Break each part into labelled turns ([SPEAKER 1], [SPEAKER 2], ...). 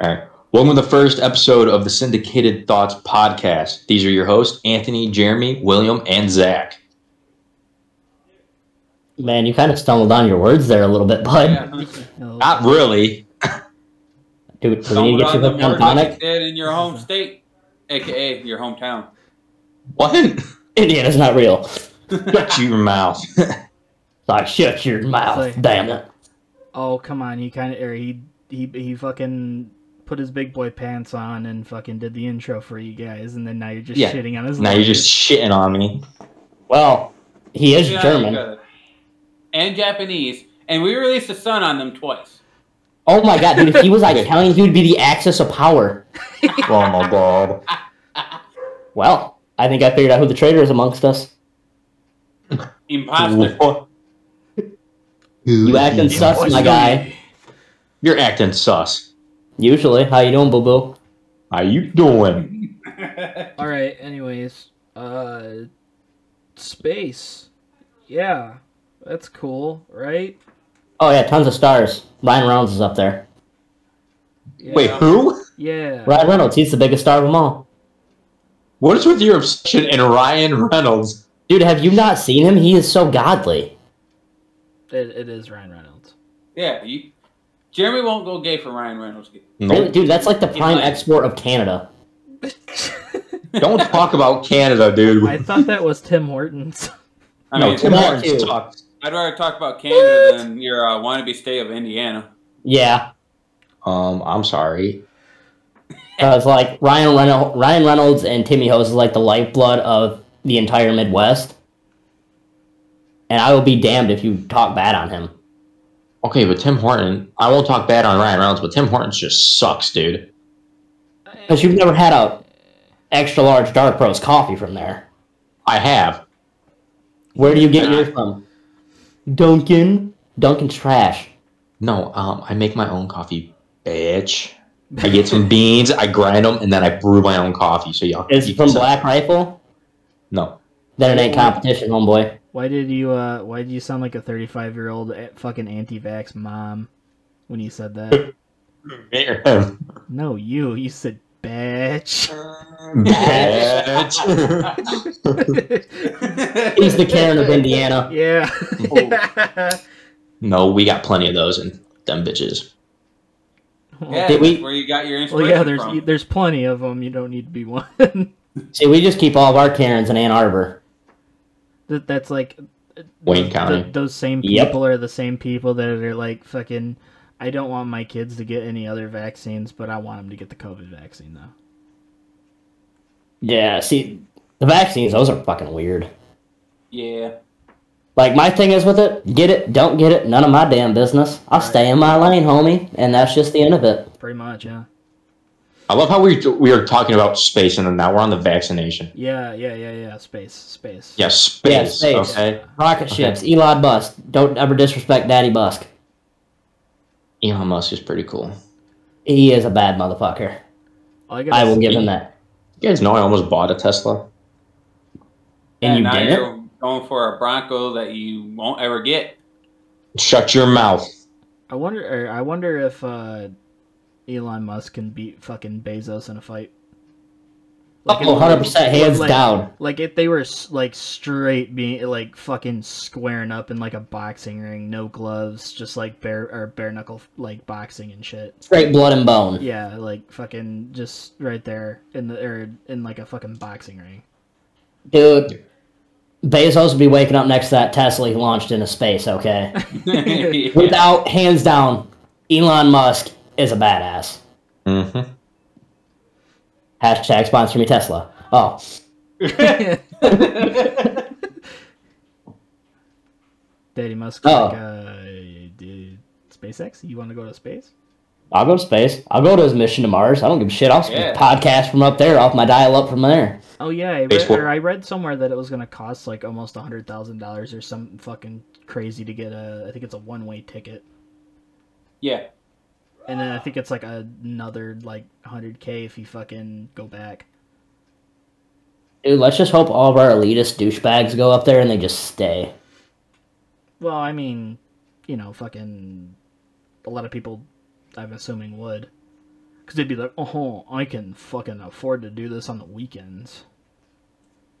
[SPEAKER 1] All right. Welcome to the first episode of the Syndicated Thoughts podcast. These are your hosts, Anthony, Jeremy, William, and Zach.
[SPEAKER 2] Man, you kind of stumbled on your words there a little bit, bud. Not
[SPEAKER 1] really.
[SPEAKER 2] Dude, do we need
[SPEAKER 3] Someone
[SPEAKER 2] to get you
[SPEAKER 3] on the
[SPEAKER 2] hooked on
[SPEAKER 3] board like you
[SPEAKER 2] tonic?
[SPEAKER 3] did in your home state, aka your hometown.
[SPEAKER 1] What?
[SPEAKER 2] Indiana's not real.
[SPEAKER 1] Shut your mouth.
[SPEAKER 2] Like, shut your mouth,
[SPEAKER 4] Like-
[SPEAKER 2] damn it.
[SPEAKER 4] Oh come on, he kind of or he he he fucking put his big boy pants on and fucking did the intro for you guys, and then now you're just
[SPEAKER 1] Yeah.
[SPEAKER 4] shitting on his.
[SPEAKER 1] Now you're just shitting on me.
[SPEAKER 2] Well, he is
[SPEAKER 3] Yeah, you
[SPEAKER 2] German.
[SPEAKER 3] got it. And Japanese. And we released the sun on them twice.
[SPEAKER 2] Oh my god, dude, if he was like Italian, he would be the axis of power.
[SPEAKER 1] Oh my god.
[SPEAKER 2] Well, I think I figured out who the traitor is amongst us.
[SPEAKER 3] Imposter.
[SPEAKER 1] What?
[SPEAKER 2] You acting sus, my guy.
[SPEAKER 1] You're acting sus.
[SPEAKER 2] Usually. How you doing, boo-boo?
[SPEAKER 1] How you doing?
[SPEAKER 4] All right. Anyways, uh, space. Yeah, that's cool, right?
[SPEAKER 2] Oh yeah, tons of stars. Ryan Reynolds is up there.
[SPEAKER 4] Yeah.
[SPEAKER 1] Wait, who?
[SPEAKER 4] Yeah.
[SPEAKER 2] Ryan Reynolds, he's the biggest star of them all.
[SPEAKER 1] What is with your obsession and Ryan Reynolds?
[SPEAKER 2] Dude, have you not seen him? He is so godly.
[SPEAKER 4] It, it is Ryan Reynolds.
[SPEAKER 3] Yeah, you. Jeremy won't go gay for Ryan Reynolds.
[SPEAKER 2] Really, dude, that's like the prime
[SPEAKER 3] might.
[SPEAKER 2] export of Canada.
[SPEAKER 1] Don't talk about Canada, dude.
[SPEAKER 4] I thought that was Tim Hortons.
[SPEAKER 3] I
[SPEAKER 1] no,
[SPEAKER 3] mean,
[SPEAKER 1] Tim
[SPEAKER 2] Tim
[SPEAKER 1] Hortons
[SPEAKER 2] Hortons.
[SPEAKER 1] sucks.
[SPEAKER 3] I'd rather talk about Canada than your uh, wannabe state of Indiana.
[SPEAKER 2] Yeah,
[SPEAKER 1] Um, I'm sorry.
[SPEAKER 2] because like Ryan Reynolds, Ryan Reynolds and Timmy Hose is like the lifeblood of the entire Midwest. And I will be damned if you talk bad on him.
[SPEAKER 1] Okay, but Tim Horton, I won't talk bad on Ryan Reynolds, but Tim Hortons just sucks, dude.
[SPEAKER 2] Because you've never had a extra large dark roast coffee from there.
[SPEAKER 1] I have.
[SPEAKER 2] Where do you get yours from? Dunkin'. Dunkin's trash.
[SPEAKER 1] No, um, I make my own coffee, bitch. I get some beans, I grind them, and then I brew my own coffee. So y'all,
[SPEAKER 2] It's
[SPEAKER 1] you
[SPEAKER 2] from
[SPEAKER 1] can-
[SPEAKER 2] Black Rifle.
[SPEAKER 1] No,
[SPEAKER 2] Then it ain't competition, homeboy.
[SPEAKER 4] Why did you uh? Why did you sound like a 35 year old fucking anti-vax mom when you said that?
[SPEAKER 1] bitch.
[SPEAKER 4] No, you. You said bitch. Um,
[SPEAKER 2] He's the Karen of Indiana.
[SPEAKER 4] yeah.
[SPEAKER 1] no, we got plenty of those and them bitches.
[SPEAKER 3] Yeah,
[SPEAKER 2] Did we-
[SPEAKER 3] that's where you got your
[SPEAKER 4] Well,
[SPEAKER 3] inspiration
[SPEAKER 4] yeah. There's E-
[SPEAKER 3] from.
[SPEAKER 4] there's plenty of them. You don't need to be one.
[SPEAKER 2] See, we just keep all of our Karens in Ann Arbor.
[SPEAKER 4] that that's like
[SPEAKER 1] Wayne
[SPEAKER 4] th-
[SPEAKER 1] County.
[SPEAKER 4] th- those same people
[SPEAKER 2] Yep.
[SPEAKER 4] are the same people that are like fucking. I don't want my kids to get any other vaccines, but I want them to get the COVID vaccine though.
[SPEAKER 2] Yeah, see, the vaccines, those are fucking weird.
[SPEAKER 3] Yeah.
[SPEAKER 2] Like, my thing is with it get it, don't get it, none of my damn business. I'll stay in my lane, homie, and that's just the end of it.
[SPEAKER 4] Pretty much, yeah.
[SPEAKER 1] I love how we we are talking about space, and then now we're on the vaccination.
[SPEAKER 4] Yeah, yeah, yeah, yeah. Space, space.
[SPEAKER 1] Yeah, space.
[SPEAKER 2] Yeah, space.
[SPEAKER 1] Okay,
[SPEAKER 2] Rocket ships, Elon Musk. Don't ever disrespect Daddy Busk.
[SPEAKER 1] Elon Musk is pretty cool.
[SPEAKER 2] He is a bad motherfucker.
[SPEAKER 4] All I, gotta
[SPEAKER 2] I will
[SPEAKER 4] say-
[SPEAKER 2] give him that.
[SPEAKER 1] You guys know I almost bought a Tesla.
[SPEAKER 2] And you
[SPEAKER 3] now
[SPEAKER 2] did it?
[SPEAKER 3] you're going for a Bronco that you won't ever get.
[SPEAKER 1] Shut your mouth.
[SPEAKER 4] I wonder. Or I wonder if uh, Elon Musk can beat fucking Bezos in a fight. Like,
[SPEAKER 2] Oh,
[SPEAKER 4] if-
[SPEAKER 2] 100% hands
[SPEAKER 4] like-
[SPEAKER 2] down.
[SPEAKER 4] Like if they were s- like straight being like fucking squaring up in like a boxing ring, no gloves, just like bare or bare knuckle like boxing and shit.
[SPEAKER 2] Straight blood and bone.
[SPEAKER 4] Yeah, like fucking just right there in the or in like a fucking boxing ring.
[SPEAKER 2] Dude, Bezos would be waking up next to that Tesla he launched into space, okay? Without, hands down, Elon Musk is a badass.
[SPEAKER 1] hmm
[SPEAKER 2] Hashtag sponsor me Tesla. Oh,
[SPEAKER 4] Daddy Musk,
[SPEAKER 2] Oh.
[SPEAKER 4] like, uh, dude, SpaceX, you want to go to space?
[SPEAKER 2] I'll go to space. I'll go to his mission to Mars. I don't give a shit. I'll sp-
[SPEAKER 3] Yeah.
[SPEAKER 2] podcast from up there, off my dial up from there.
[SPEAKER 4] Oh yeah, I
[SPEAKER 1] Space
[SPEAKER 4] read,
[SPEAKER 1] what?
[SPEAKER 4] or I read somewhere that it was gonna cost like almost a hundred thousand dollars or something fucking crazy to get a. I think it's a one way ticket.
[SPEAKER 3] yeah.
[SPEAKER 4] And then I think it's like another like 100k if you fucking go back.
[SPEAKER 2] Dude, let's just hope all of our elitist douchebags go up there and they just stay.
[SPEAKER 4] Well, I mean, you know, fucking a lot of people I'm assuming would. because they'd be like, "Oh, I can fucking afford to do this on the weekends."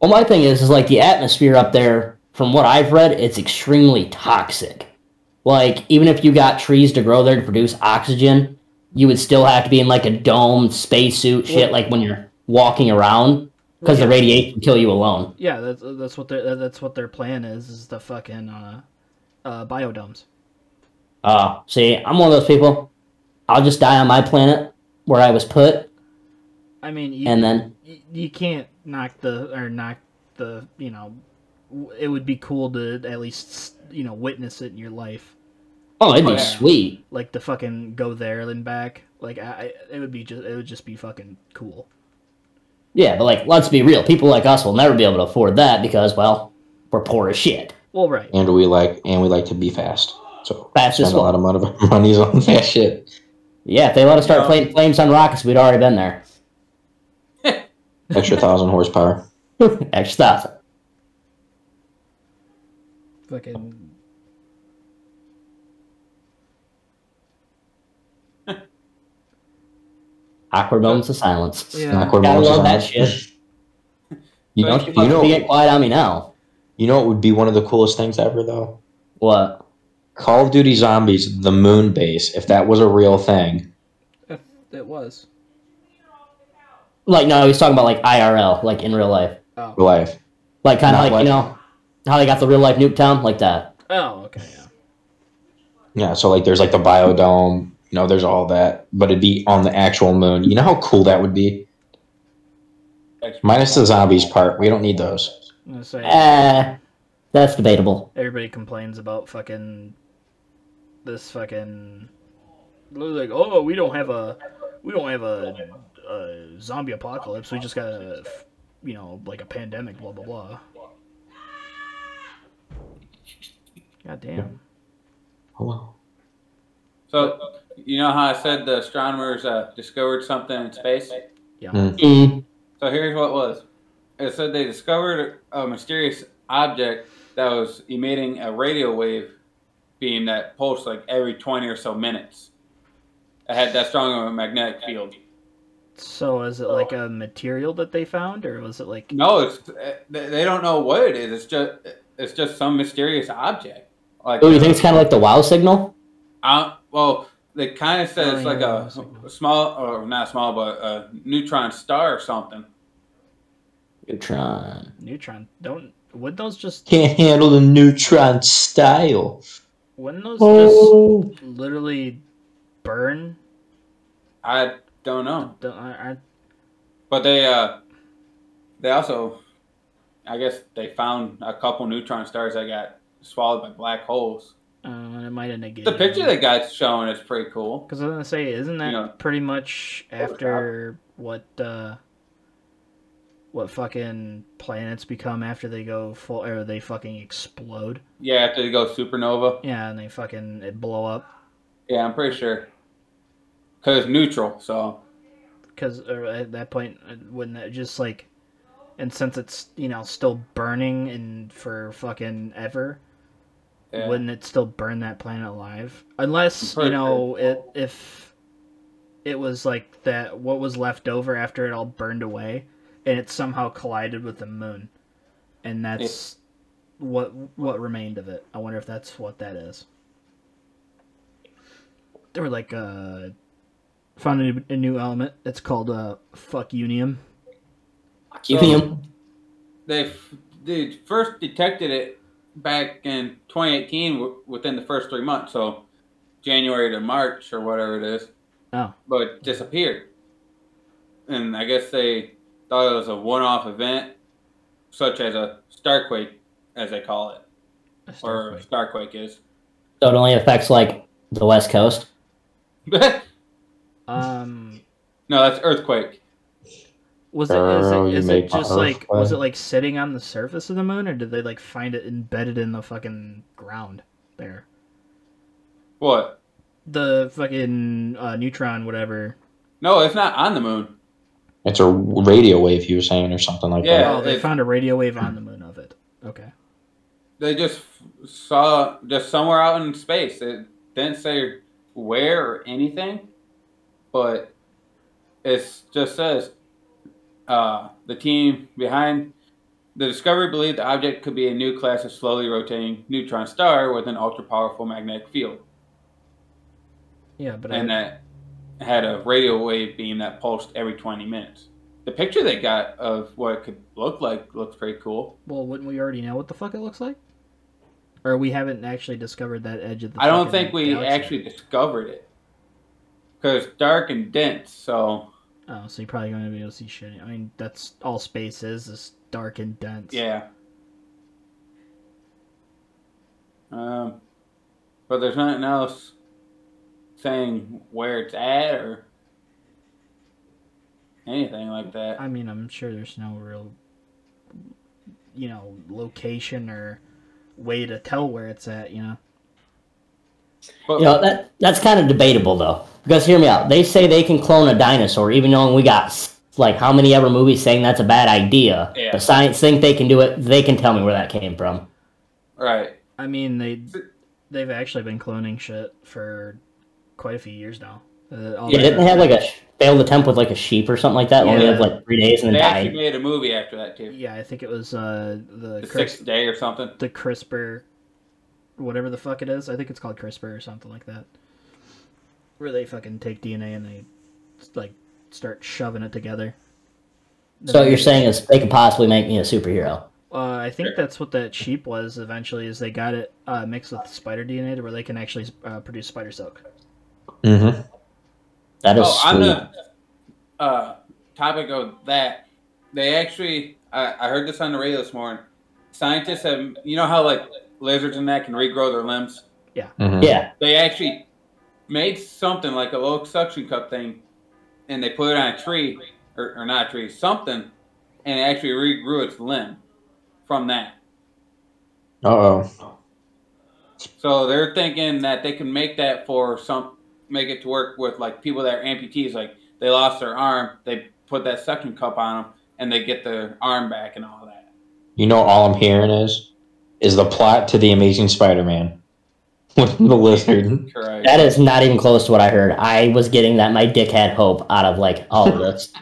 [SPEAKER 2] Well, my thing is, is like the atmosphere up there. From what I've read, it's extremely toxic. Like even if you got trees to grow there to produce oxygen, you would still have to be in like a dome spacesuit shit. Like when you're walking around, because the radiation will kill you alone.
[SPEAKER 4] Yeah, that's that's what their that's what their plan is is the fucking uh, uh biodomes.
[SPEAKER 2] Uh, see, I'm one of those people. I'll just die on my planet where I was put,
[SPEAKER 4] I mean, you,
[SPEAKER 2] and then
[SPEAKER 4] you, you can't knock the or knock the you know. w- It would be cool to at least you know witness it in your life,
[SPEAKER 2] oh, it'd be
[SPEAKER 3] Yeah.
[SPEAKER 2] sweet.
[SPEAKER 4] like to fucking go there and back. Like I, I- it would be just it would just be fucking cool.
[SPEAKER 2] Yeah, but like, let's be real. People like us will never be able to afford that because, well, we're poor as shit.
[SPEAKER 4] Well, right.
[SPEAKER 1] and we like and we like to be fast. So
[SPEAKER 2] Fast as
[SPEAKER 1] spend a lot
[SPEAKER 2] well.
[SPEAKER 1] of mon- of our money on fast shit.
[SPEAKER 2] Yeah, if they let us start
[SPEAKER 3] Yeah.
[SPEAKER 2] playing flames on rockets, we'd already been there.
[SPEAKER 1] Extra thousand horsepower.
[SPEAKER 2] Extra stuff.
[SPEAKER 4] Fucking
[SPEAKER 2] Awkward moments of silence.
[SPEAKER 4] yeah.
[SPEAKER 1] Awkward
[SPEAKER 2] Gotta
[SPEAKER 1] moments
[SPEAKER 2] love that
[SPEAKER 1] is on.
[SPEAKER 2] shit.
[SPEAKER 1] You know,
[SPEAKER 3] Don't you
[SPEAKER 1] you know,
[SPEAKER 2] Be quiet on me now.
[SPEAKER 1] you know, it would be one of the coolest things ever, though.
[SPEAKER 2] What?
[SPEAKER 1] Call of Duty Zombies, the moon base, if that was a real thing.
[SPEAKER 4] It was.
[SPEAKER 2] Like, no, he's talking about like IRL, like in real life.
[SPEAKER 4] Oh.
[SPEAKER 1] Life.
[SPEAKER 2] Like, kind of
[SPEAKER 1] Not
[SPEAKER 2] like,
[SPEAKER 1] like-
[SPEAKER 2] you know, how they got the real life Nuketown, like that.
[SPEAKER 4] Oh, okay. Yeah.
[SPEAKER 1] Yeah, so like there's like the biodome, you know, there's all that, but it'd be on the actual moon. You know how cool that would be? Minus the zombies part. We don't need those.
[SPEAKER 4] I'm gonna say
[SPEAKER 2] Eh, that's debatable.
[SPEAKER 4] everybody complains about fucking this fucking they're like oh we don't have a we don't have a, a zombie apocalypse we just got a f- you know like a pandemic blah blah blah god damn
[SPEAKER 1] Hello.
[SPEAKER 3] So, you know how I said the astronomers uh, discovered something in space?
[SPEAKER 2] Mm.
[SPEAKER 3] So here's what it was. It said they discovered a mysterious object that was emitting a radio wave beam that pulsed like every 20 or so minutes. It had that strong of a magnetic field.
[SPEAKER 4] so is it like a material that they found or was it like
[SPEAKER 3] No, it's eh, they they don't know what it is. It's just it's just some mysterious object. Like
[SPEAKER 2] Oh, you think it's kind of like the wow signal?
[SPEAKER 3] I, well, they kind of said
[SPEAKER 4] Oh,
[SPEAKER 3] it's
[SPEAKER 4] yeah,
[SPEAKER 3] like
[SPEAKER 4] yeah,
[SPEAKER 2] uh,
[SPEAKER 3] a
[SPEAKER 4] it's like-
[SPEAKER 3] small or not small, but a neutron star or something.
[SPEAKER 2] Neutron.
[SPEAKER 4] neutron don't would those just
[SPEAKER 1] Can't handle the neutron style.
[SPEAKER 4] wouldn't those
[SPEAKER 2] Oh.
[SPEAKER 4] just literally burn
[SPEAKER 3] I don't know,
[SPEAKER 4] Don't- aren't-
[SPEAKER 3] but they uh they also, I guess they found a couple neutron stars that got swallowed by black holes.
[SPEAKER 4] uh, it might have negated
[SPEAKER 3] The picture
[SPEAKER 4] it.
[SPEAKER 3] they got shown is pretty cool.
[SPEAKER 4] Because I was gonna say, isn't that
[SPEAKER 3] Yeah.
[SPEAKER 4] pretty much after what uh, what fucking planets become after they go full or they fucking explode?
[SPEAKER 3] Yeah, after they go supernova.
[SPEAKER 4] Yeah, and they fucking it blow up
[SPEAKER 3] Yeah, I'm pretty sure. Cause it's neutral, so
[SPEAKER 4] because at that point uh, wouldn't that just like, and since it's you know still burning and for fucking ever,
[SPEAKER 3] yeah.
[SPEAKER 4] wouldn't it still burn that planet alive? Unless you
[SPEAKER 3] Perfect.
[SPEAKER 4] know it if it was like that what was left over after it all burned away and it somehow collided with the moon. And that's what what remained of it. I wonder if that's what that is. They were like uh found a new, a new element. It's called uh fuck unium.
[SPEAKER 2] Keep
[SPEAKER 3] So-
[SPEAKER 2] him.
[SPEAKER 3] they f- they first detected it back in 2018 w- within the first three months, so January to March or whatever it is.
[SPEAKER 4] Oh.
[SPEAKER 3] But it disappeared, and I guess they thought it was a one-off event, such as a starquake, as they call it,
[SPEAKER 4] A
[SPEAKER 3] or
[SPEAKER 4] starquake.
[SPEAKER 3] starquake is.
[SPEAKER 2] So it only affects like the West Coast.
[SPEAKER 3] no,
[SPEAKER 4] Um
[SPEAKER 3] that's earthquake.
[SPEAKER 4] Was it, is
[SPEAKER 1] Girl,
[SPEAKER 4] it,
[SPEAKER 1] you
[SPEAKER 4] is
[SPEAKER 1] make
[SPEAKER 4] it
[SPEAKER 1] my
[SPEAKER 4] just
[SPEAKER 1] earth
[SPEAKER 4] like was it
[SPEAKER 1] quake.
[SPEAKER 4] like sitting on the surface of the moon, or did they like find it embedded in the fucking ground there?
[SPEAKER 3] What?
[SPEAKER 4] The fucking uh, neutron, whatever.
[SPEAKER 3] No, it's not on the moon.
[SPEAKER 1] It's a radio wave you were saying or something like
[SPEAKER 3] Yeah.
[SPEAKER 1] that.
[SPEAKER 4] oh, they
[SPEAKER 3] it-
[SPEAKER 4] found a radio wave on the moon of it. Okay,
[SPEAKER 3] They just f- saw just somewhere out in space. It didn't say where or anything, but it just says uh, the team behind the discovery believed the object could be a new class of slowly rotating neutron star with an ultra powerful magnetic field,
[SPEAKER 4] Yeah, but uh,
[SPEAKER 3] and
[SPEAKER 4] I,
[SPEAKER 3] that had a radio wave beam that pulsed every 20 minutes. The picture they got of what it could look like looks pretty cool.
[SPEAKER 4] well, wouldn't we already know what the fuck it looks like? Or we haven't actually discovered that edge of the.
[SPEAKER 3] I don't
[SPEAKER 4] fucking
[SPEAKER 3] think we
[SPEAKER 4] galaxy.
[SPEAKER 3] actually discovered it because dark and dense. So
[SPEAKER 4] Oh, so you're probably going to be able to see shit. I mean, that's all space is is dark and dense.
[SPEAKER 3] Yeah. Um, but there's nothing else saying where it's at or anything like that.
[SPEAKER 4] I mean, I'm sure there's no real, you know, location or way to tell where it's at. You know.
[SPEAKER 3] But
[SPEAKER 2] You know, that that's kind of debatable though. Because hear me out. They say they can clone a dinosaur, even though we got like how many ever movies saying that's a bad idea.
[SPEAKER 3] Yeah.
[SPEAKER 2] But science think they can do it. They can tell me where that came from.
[SPEAKER 3] right,
[SPEAKER 4] I mean, they they've actually been cloning shit for quite a few years now. Uh, all
[SPEAKER 2] Yeah,
[SPEAKER 4] the-
[SPEAKER 2] didn't they have like a sh- failed attempt with like a sheep or something like that? Only
[SPEAKER 4] Yeah.
[SPEAKER 2] lived like three days and
[SPEAKER 3] they
[SPEAKER 2] then
[SPEAKER 3] actually
[SPEAKER 2] died.
[SPEAKER 3] made a movie after that too,
[SPEAKER 4] Yeah, I think it was uh, the
[SPEAKER 3] the
[SPEAKER 4] Chris,
[SPEAKER 3] sixth day or something.
[SPEAKER 4] the CRISPR, whatever the fuck it is. I think it's called CRISPR or something like that. Where they fucking take DNA and they like start shoving it together.
[SPEAKER 2] So what you're saying is they could possibly make me a superhero?
[SPEAKER 4] Uh, I think that's what that sheep was eventually. Is they got it uh, mixed with spider DNA to where they can actually uh, produce spider silk.
[SPEAKER 1] Mm-hmm.
[SPEAKER 2] That is
[SPEAKER 3] Oh, on
[SPEAKER 2] sweet.
[SPEAKER 3] the uh, topic of that, they actually, I, I heard this on the radio this morning. Scientists have, you know how like lizards and that can regrow their limbs?
[SPEAKER 1] Mm-hmm.
[SPEAKER 2] Yeah,
[SPEAKER 3] they actually made something like a little suction cup thing and they put it on a tree or, or not a tree something and it actually regrew its limb from that
[SPEAKER 1] Uh oh.
[SPEAKER 3] so they're thinking that they can make that for some make it to work with like people that are amputees like they lost their arm they put that suction cup on them and they get their arm back and all that
[SPEAKER 1] You know, all I'm hearing is is the plot to the Amazing Spider-Man with the lizard.
[SPEAKER 3] correct
[SPEAKER 2] that is not even close to what I heard. I was getting that my dick had hope out of like all of this.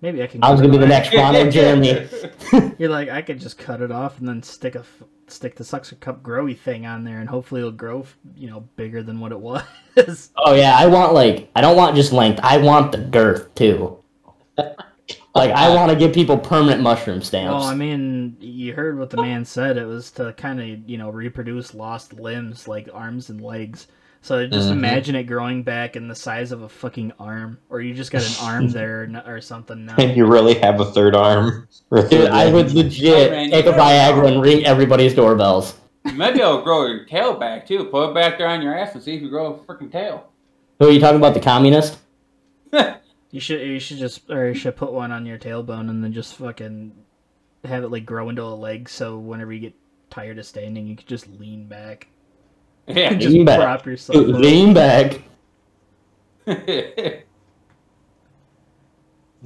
[SPEAKER 4] Maybe I can.
[SPEAKER 2] I was
[SPEAKER 4] cut
[SPEAKER 2] gonna be
[SPEAKER 4] it
[SPEAKER 2] the
[SPEAKER 4] off.
[SPEAKER 2] next Ronald Jeremy.
[SPEAKER 4] You're like, I could just cut it off and then stick a f- stick the suction cup growy thing on there, and hopefully it'll grow, f- you know, bigger than what it was.
[SPEAKER 2] Oh yeah, I want like I don't want just length. I want the girth too. Like
[SPEAKER 3] Uh,
[SPEAKER 2] I want to give people permanent mushroom stamps.
[SPEAKER 4] well,
[SPEAKER 3] Oh,
[SPEAKER 4] I mean, you heard what the man said. It was to kind of, you know, reproduce lost limbs like arms and legs. So just
[SPEAKER 1] Mhm.
[SPEAKER 2] Mm-hmm.
[SPEAKER 4] imagine it growing back in the size of a fucking arm, or you just got an arm there n- or something. Now.
[SPEAKER 1] And you really have a third arm. or a
[SPEAKER 2] Dude,
[SPEAKER 1] third
[SPEAKER 2] I
[SPEAKER 1] leg.
[SPEAKER 2] would legit
[SPEAKER 3] Oh, man,
[SPEAKER 2] take a
[SPEAKER 3] you never
[SPEAKER 2] Viagra
[SPEAKER 3] know.
[SPEAKER 2] and ring everybody's doorbells.
[SPEAKER 3] maybe it'll grow your tail back too put it back there on your ass and see if you grow a freaking tail
[SPEAKER 2] Who are you talking about? The communist?
[SPEAKER 4] You should, you should just, or you should put one on your tailbone and then just fucking have it like grow into a leg. So whenever you get tired of standing, you could just lean back.
[SPEAKER 3] yeah
[SPEAKER 4] just
[SPEAKER 2] Lean back.
[SPEAKER 4] prop yourself.
[SPEAKER 2] Dude,
[SPEAKER 4] up.
[SPEAKER 2] lean back.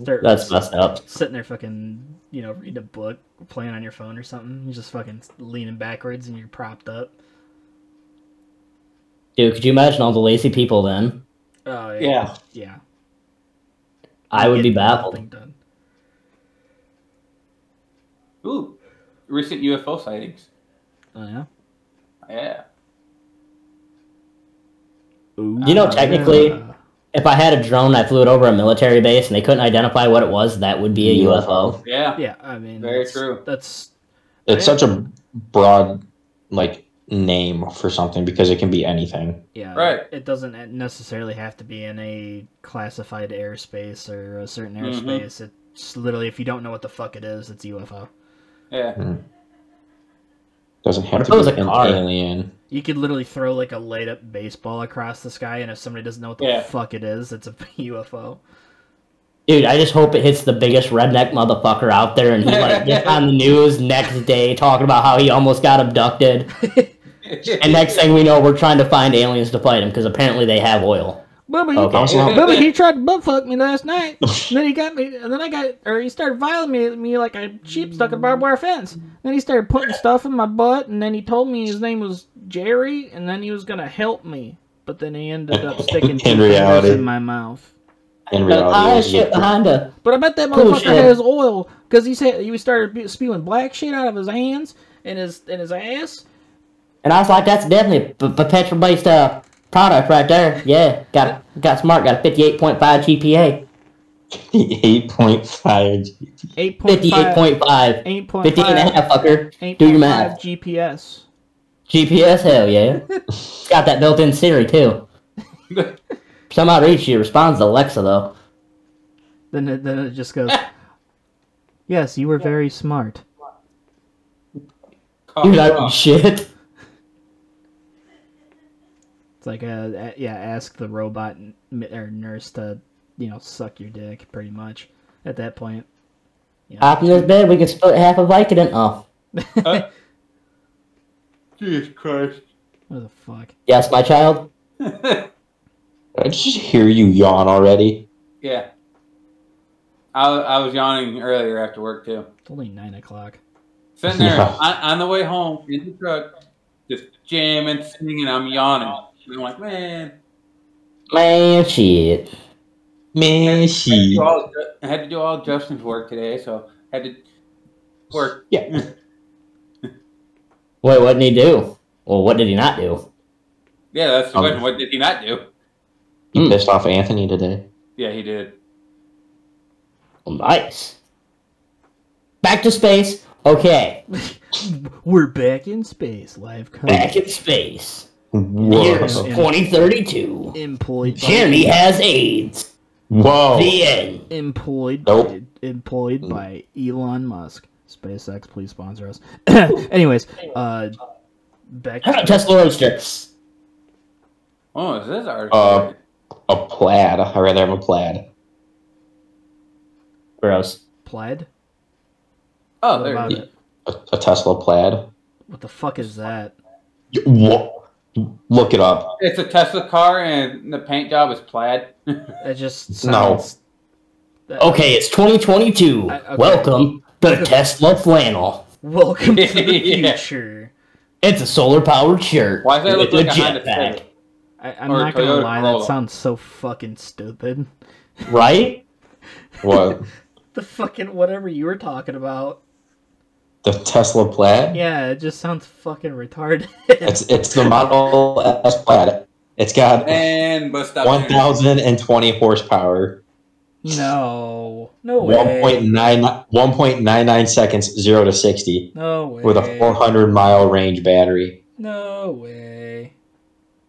[SPEAKER 4] Start
[SPEAKER 2] That's messed up.
[SPEAKER 4] sitting there, fucking, you know, reading a book, playing on your phone or something. You're just fucking leaning backwards and you're propped up.
[SPEAKER 2] Dude, could you imagine all the lazy people then?
[SPEAKER 4] Oh
[SPEAKER 3] yeah
[SPEAKER 4] yeah.
[SPEAKER 2] I would be
[SPEAKER 4] Getting
[SPEAKER 2] baffled.
[SPEAKER 4] nothing done.
[SPEAKER 3] Ooh, recent UFO sightings.
[SPEAKER 4] Oh yeah.
[SPEAKER 3] Yeah.
[SPEAKER 2] You
[SPEAKER 4] Uh,
[SPEAKER 2] know, technically, if I had a drone, I flew it over a military base, and they couldn't identify what it was, that would be a UFO.
[SPEAKER 3] Yeah.
[SPEAKER 4] yeah. I mean,
[SPEAKER 3] Very
[SPEAKER 4] that's-
[SPEAKER 3] true.
[SPEAKER 4] That's
[SPEAKER 1] It's such a broad like name for something because it can be anything.
[SPEAKER 4] yeah.
[SPEAKER 3] Right.
[SPEAKER 4] It doesn't necessarily have to be in a classified airspace or a certain
[SPEAKER 3] Mhm.
[SPEAKER 4] airspace. It's literally if you don't know what the fuck it is, it's UFO.
[SPEAKER 3] Yeah.
[SPEAKER 1] Doesn't have
[SPEAKER 2] if
[SPEAKER 1] to
[SPEAKER 2] it
[SPEAKER 1] be
[SPEAKER 2] was a
[SPEAKER 1] an
[SPEAKER 2] car?
[SPEAKER 1] alien.
[SPEAKER 4] You could literally throw like a light up baseball across the sky, and if somebody doesn't know what the
[SPEAKER 3] Yeah.
[SPEAKER 4] fuck it is, it's a UFO.
[SPEAKER 2] Dude, I just hope it hits the biggest redneck motherfucker out there, and he like gets on the news next day talking about how he almost got abducted. And next thing we know, we're trying to find aliens to fight him because apparently they have oil.
[SPEAKER 4] Bubba,
[SPEAKER 2] Okay.
[SPEAKER 1] Also,
[SPEAKER 4] Bubba, he tried to butt fuck me last night. And then he got me, and then I got, or he started violating me, me like a sheep stuck in a barbed wire fence. Then he started putting stuff in my butt, and then he told me his name was Jerry, and then he was gonna help me. but then he ended up sticking two
[SPEAKER 1] In
[SPEAKER 4] fingers
[SPEAKER 1] reality.
[SPEAKER 4] in my mouth.
[SPEAKER 1] In
[SPEAKER 2] The pile of
[SPEAKER 1] reality,
[SPEAKER 2] shit behind her.
[SPEAKER 4] But I bet that
[SPEAKER 2] Cool
[SPEAKER 4] motherfucker
[SPEAKER 2] shit.
[SPEAKER 4] has oil because he said he started bu- spewing black shit out of his hands and his and his ass.
[SPEAKER 2] And I was like, that's definitely a petrol based uh, product right there. Yeah, got got smart, got a 58.5 GPA.
[SPEAKER 1] eight point five.
[SPEAKER 4] Eight point five.
[SPEAKER 2] 58.5.
[SPEAKER 4] 8.5
[SPEAKER 2] 15 and a half, fucker. Do your math.
[SPEAKER 4] 8.5 GPS.
[SPEAKER 2] GPS, hell yeah. it's got that built in Siri, too. Somehow reach you, responds to Alexa, though.
[SPEAKER 4] Then it, then it just goes. yes, you were very smart.
[SPEAKER 3] Oh,
[SPEAKER 2] Dude, I don't shit.
[SPEAKER 4] It's like, uh, a- yeah, ask the robot n- or nurse to, you know, suck your dick, pretty much. At that point,
[SPEAKER 2] Hop in this bed, we can split half a Vicodin. Oh,
[SPEAKER 3] Uh. Jesus Christ.
[SPEAKER 4] what the fuck?
[SPEAKER 2] yes, my child.
[SPEAKER 1] I just hear you yawn already.
[SPEAKER 3] yeah. I, I was yawning earlier after work too.
[SPEAKER 4] It's only nine o'clock.
[SPEAKER 3] Sitting there
[SPEAKER 1] Yeah.
[SPEAKER 3] on, on the way home in the truck, just jamming, singing, I'm yawning. And I'm like, man.
[SPEAKER 2] Man, shit.
[SPEAKER 1] Man, she.
[SPEAKER 3] do all- I had to do all Justin's work today, so I had to work.
[SPEAKER 1] Yeah.
[SPEAKER 2] Wait, what did he do? Well, what did he not do?
[SPEAKER 3] Yeah, that's the
[SPEAKER 1] Um,
[SPEAKER 3] question. What did he not do?
[SPEAKER 1] He
[SPEAKER 2] Mm.
[SPEAKER 1] pissed off Anthony today.
[SPEAKER 3] Yeah, he did.
[SPEAKER 2] Well, nice. Back to space. Okay,
[SPEAKER 4] We're back in space. Live comes
[SPEAKER 2] back in space.
[SPEAKER 1] Whoa.
[SPEAKER 2] Years
[SPEAKER 4] Yeah.
[SPEAKER 2] 2032.
[SPEAKER 4] employed. By,
[SPEAKER 2] Jeremy has AIDS.
[SPEAKER 3] Oh.
[SPEAKER 1] Whoa.
[SPEAKER 2] The end.
[SPEAKER 4] employed.
[SPEAKER 1] Nope.
[SPEAKER 4] By,
[SPEAKER 2] Mm.
[SPEAKER 4] employed by Elon Musk. SpaceX, please sponsor us. Anyways, uh, back.
[SPEAKER 2] Tesla Roadster.
[SPEAKER 3] Oh, is this our?
[SPEAKER 1] Uh, a plaid. I'd rather have a plaid.
[SPEAKER 2] Gross.
[SPEAKER 4] Plaid.
[SPEAKER 3] oh,
[SPEAKER 4] What
[SPEAKER 3] there.
[SPEAKER 4] about
[SPEAKER 3] it is.
[SPEAKER 4] it?
[SPEAKER 1] A, a Tesla plaid.
[SPEAKER 4] What the fuck is that?
[SPEAKER 1] Y- Whoa. Look it up.
[SPEAKER 3] It's a Tesla car, and the paint job is plaid.
[SPEAKER 4] That just
[SPEAKER 1] No.
[SPEAKER 4] sounds. That-
[SPEAKER 2] Okay, it's 2022.
[SPEAKER 4] I- okay.
[SPEAKER 2] Welcome to Tesla Flannel.
[SPEAKER 4] Welcome to the
[SPEAKER 3] Yeah.
[SPEAKER 4] future.
[SPEAKER 2] It's a solar powered shirt.
[SPEAKER 3] Why does that look
[SPEAKER 2] with
[SPEAKER 3] like a Honda
[SPEAKER 2] jetpack,
[SPEAKER 3] Civic?
[SPEAKER 4] I, I'm
[SPEAKER 3] Or
[SPEAKER 4] not gonna
[SPEAKER 3] Toyota
[SPEAKER 4] lie, that
[SPEAKER 3] Corolla.
[SPEAKER 4] sounds so fucking stupid.
[SPEAKER 2] Right?
[SPEAKER 1] What?
[SPEAKER 4] The fucking whatever you were talking about.
[SPEAKER 1] the Tesla plaid?
[SPEAKER 4] Yeah, it just sounds fucking retarded.
[SPEAKER 1] It's it's the Model S plaid. It's got
[SPEAKER 3] And bus stop.
[SPEAKER 1] one
[SPEAKER 3] there.
[SPEAKER 1] thousand and twenty horsepower,
[SPEAKER 4] no, no way.
[SPEAKER 1] 1.99 1.99 seconds, zero to sixty,
[SPEAKER 4] no way.
[SPEAKER 1] with a four hundred mile range battery.
[SPEAKER 4] No way.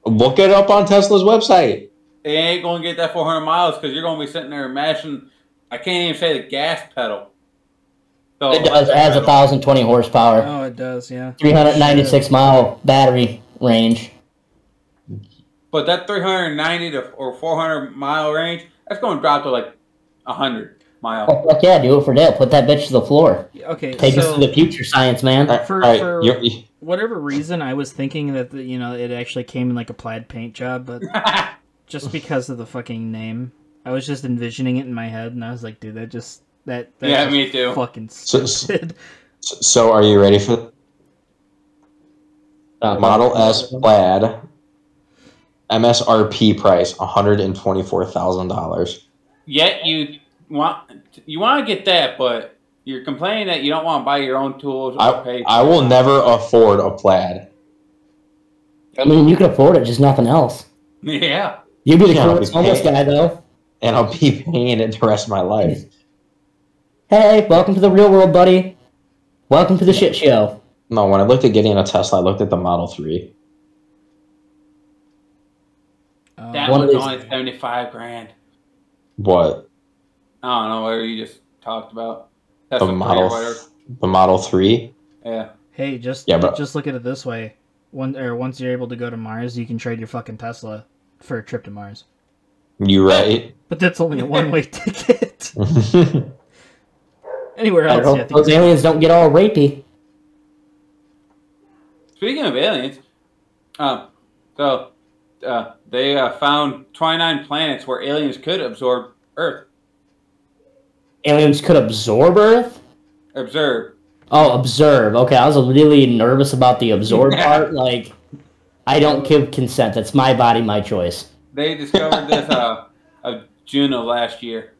[SPEAKER 1] Look it up on Tesla's website.
[SPEAKER 3] They ain't gonna get that 400 miles because you're gonna be sitting there mashing. I can't even say the gas pedal. So,
[SPEAKER 2] It does. It has 1,020 horsepower.
[SPEAKER 4] Oh, it does. Yeah.
[SPEAKER 2] 396 mile battery range.
[SPEAKER 3] But that 390 to or 400 mile range, that's gonna drop to like 100 mile.
[SPEAKER 2] Oh, fuck yeah, do it for Dale. Put that bitch to the floor.
[SPEAKER 4] Okay.
[SPEAKER 2] Take us
[SPEAKER 4] so
[SPEAKER 2] to the future, science man.
[SPEAKER 1] All
[SPEAKER 4] For-
[SPEAKER 1] right,
[SPEAKER 4] for-
[SPEAKER 1] you're- you-
[SPEAKER 4] whatever reason, I was thinking that the, you know it actually came in like a plaid paint job, but just because of the fucking name, I was just envisioning it in my head, and I was like, dude, that just that. that
[SPEAKER 3] Yeah,
[SPEAKER 4] just
[SPEAKER 3] me too.
[SPEAKER 4] Fucking
[SPEAKER 1] So-
[SPEAKER 4] stupid.
[SPEAKER 1] so are you ready for
[SPEAKER 2] Uh,
[SPEAKER 1] Model S plaid? MSRP price one hundred and twenty four thousand dollars.
[SPEAKER 3] Yet you want you want to get that, but you're complaining that you don't want to buy your own tools. Or pay.
[SPEAKER 1] I will never afford a plaid.
[SPEAKER 2] I mean, you can afford it, just nothing else.
[SPEAKER 3] yeah.
[SPEAKER 2] You'd be the
[SPEAKER 1] Yeah,
[SPEAKER 2] coolest
[SPEAKER 1] we
[SPEAKER 2] homeless
[SPEAKER 1] can't.
[SPEAKER 2] guy, though.
[SPEAKER 1] and I'll be paying it the rest of my life.
[SPEAKER 2] Hey, welcome to the real world, buddy. Welcome to the shit show.
[SPEAKER 1] No, when I looked at getting a Tesla, I looked at the Model 3.
[SPEAKER 4] Um,
[SPEAKER 3] That
[SPEAKER 2] One of
[SPEAKER 3] was
[SPEAKER 2] these-
[SPEAKER 3] only seventy five grand.
[SPEAKER 1] What?
[SPEAKER 3] I don't know whatever you just talked about. That's
[SPEAKER 1] The
[SPEAKER 3] a three or
[SPEAKER 1] Model
[SPEAKER 3] whatever.
[SPEAKER 1] the Model 3?
[SPEAKER 3] Yeah.
[SPEAKER 4] Hey, just
[SPEAKER 1] Yeah, but-
[SPEAKER 4] just look at it this way. One or once you're able to go to Mars, you can trade your fucking Tesla for a trip to Mars.
[SPEAKER 1] You right?
[SPEAKER 4] But that's only a one-way ticket.
[SPEAKER 1] Dude,
[SPEAKER 4] Anywhere
[SPEAKER 2] I
[SPEAKER 4] else, yeah, I
[SPEAKER 2] hope
[SPEAKER 4] think
[SPEAKER 2] those aliens don't get all rapey.
[SPEAKER 3] Speaking of aliens, um, so uh, they uh, found twenty nine planets where aliens could absorb Earth.
[SPEAKER 2] Aliens could absorb Earth?
[SPEAKER 3] Observe.
[SPEAKER 2] Oh, observe. Okay, I was really nervous about the absorb
[SPEAKER 3] Yeah.
[SPEAKER 2] part. Like, I don't give consent. That's my body, my choice.
[SPEAKER 3] They discovered this uh, of June of last year.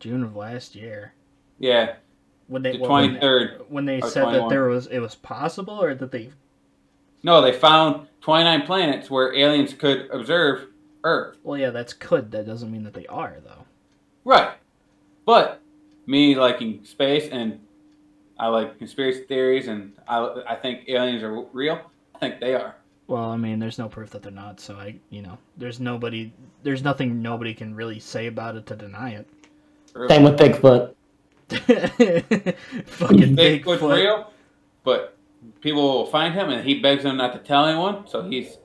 [SPEAKER 4] June of last year.
[SPEAKER 3] Yeah,
[SPEAKER 4] When they
[SPEAKER 3] the
[SPEAKER 4] well, when-
[SPEAKER 3] twenty third.
[SPEAKER 4] when they
[SPEAKER 3] or
[SPEAKER 4] said
[SPEAKER 3] 21.
[SPEAKER 4] that there was it was possible or that they
[SPEAKER 3] No, they found twenty nine planets where aliens could observe Earth.
[SPEAKER 4] well yeah that's could that doesn't mean that they are though
[SPEAKER 3] Right, but me liking space and I like conspiracy theories and I I think aliens are real. I think they are.
[SPEAKER 4] well i mean there's no proof that they're not so i you know there's nobody there's nothing nobody can really say about it to deny it
[SPEAKER 2] Same with Bigfoot.
[SPEAKER 4] fucking
[SPEAKER 3] Bigfoot's
[SPEAKER 4] Bigfoot.
[SPEAKER 3] real, but people will find him, and he begs them not to tell anyone, so he's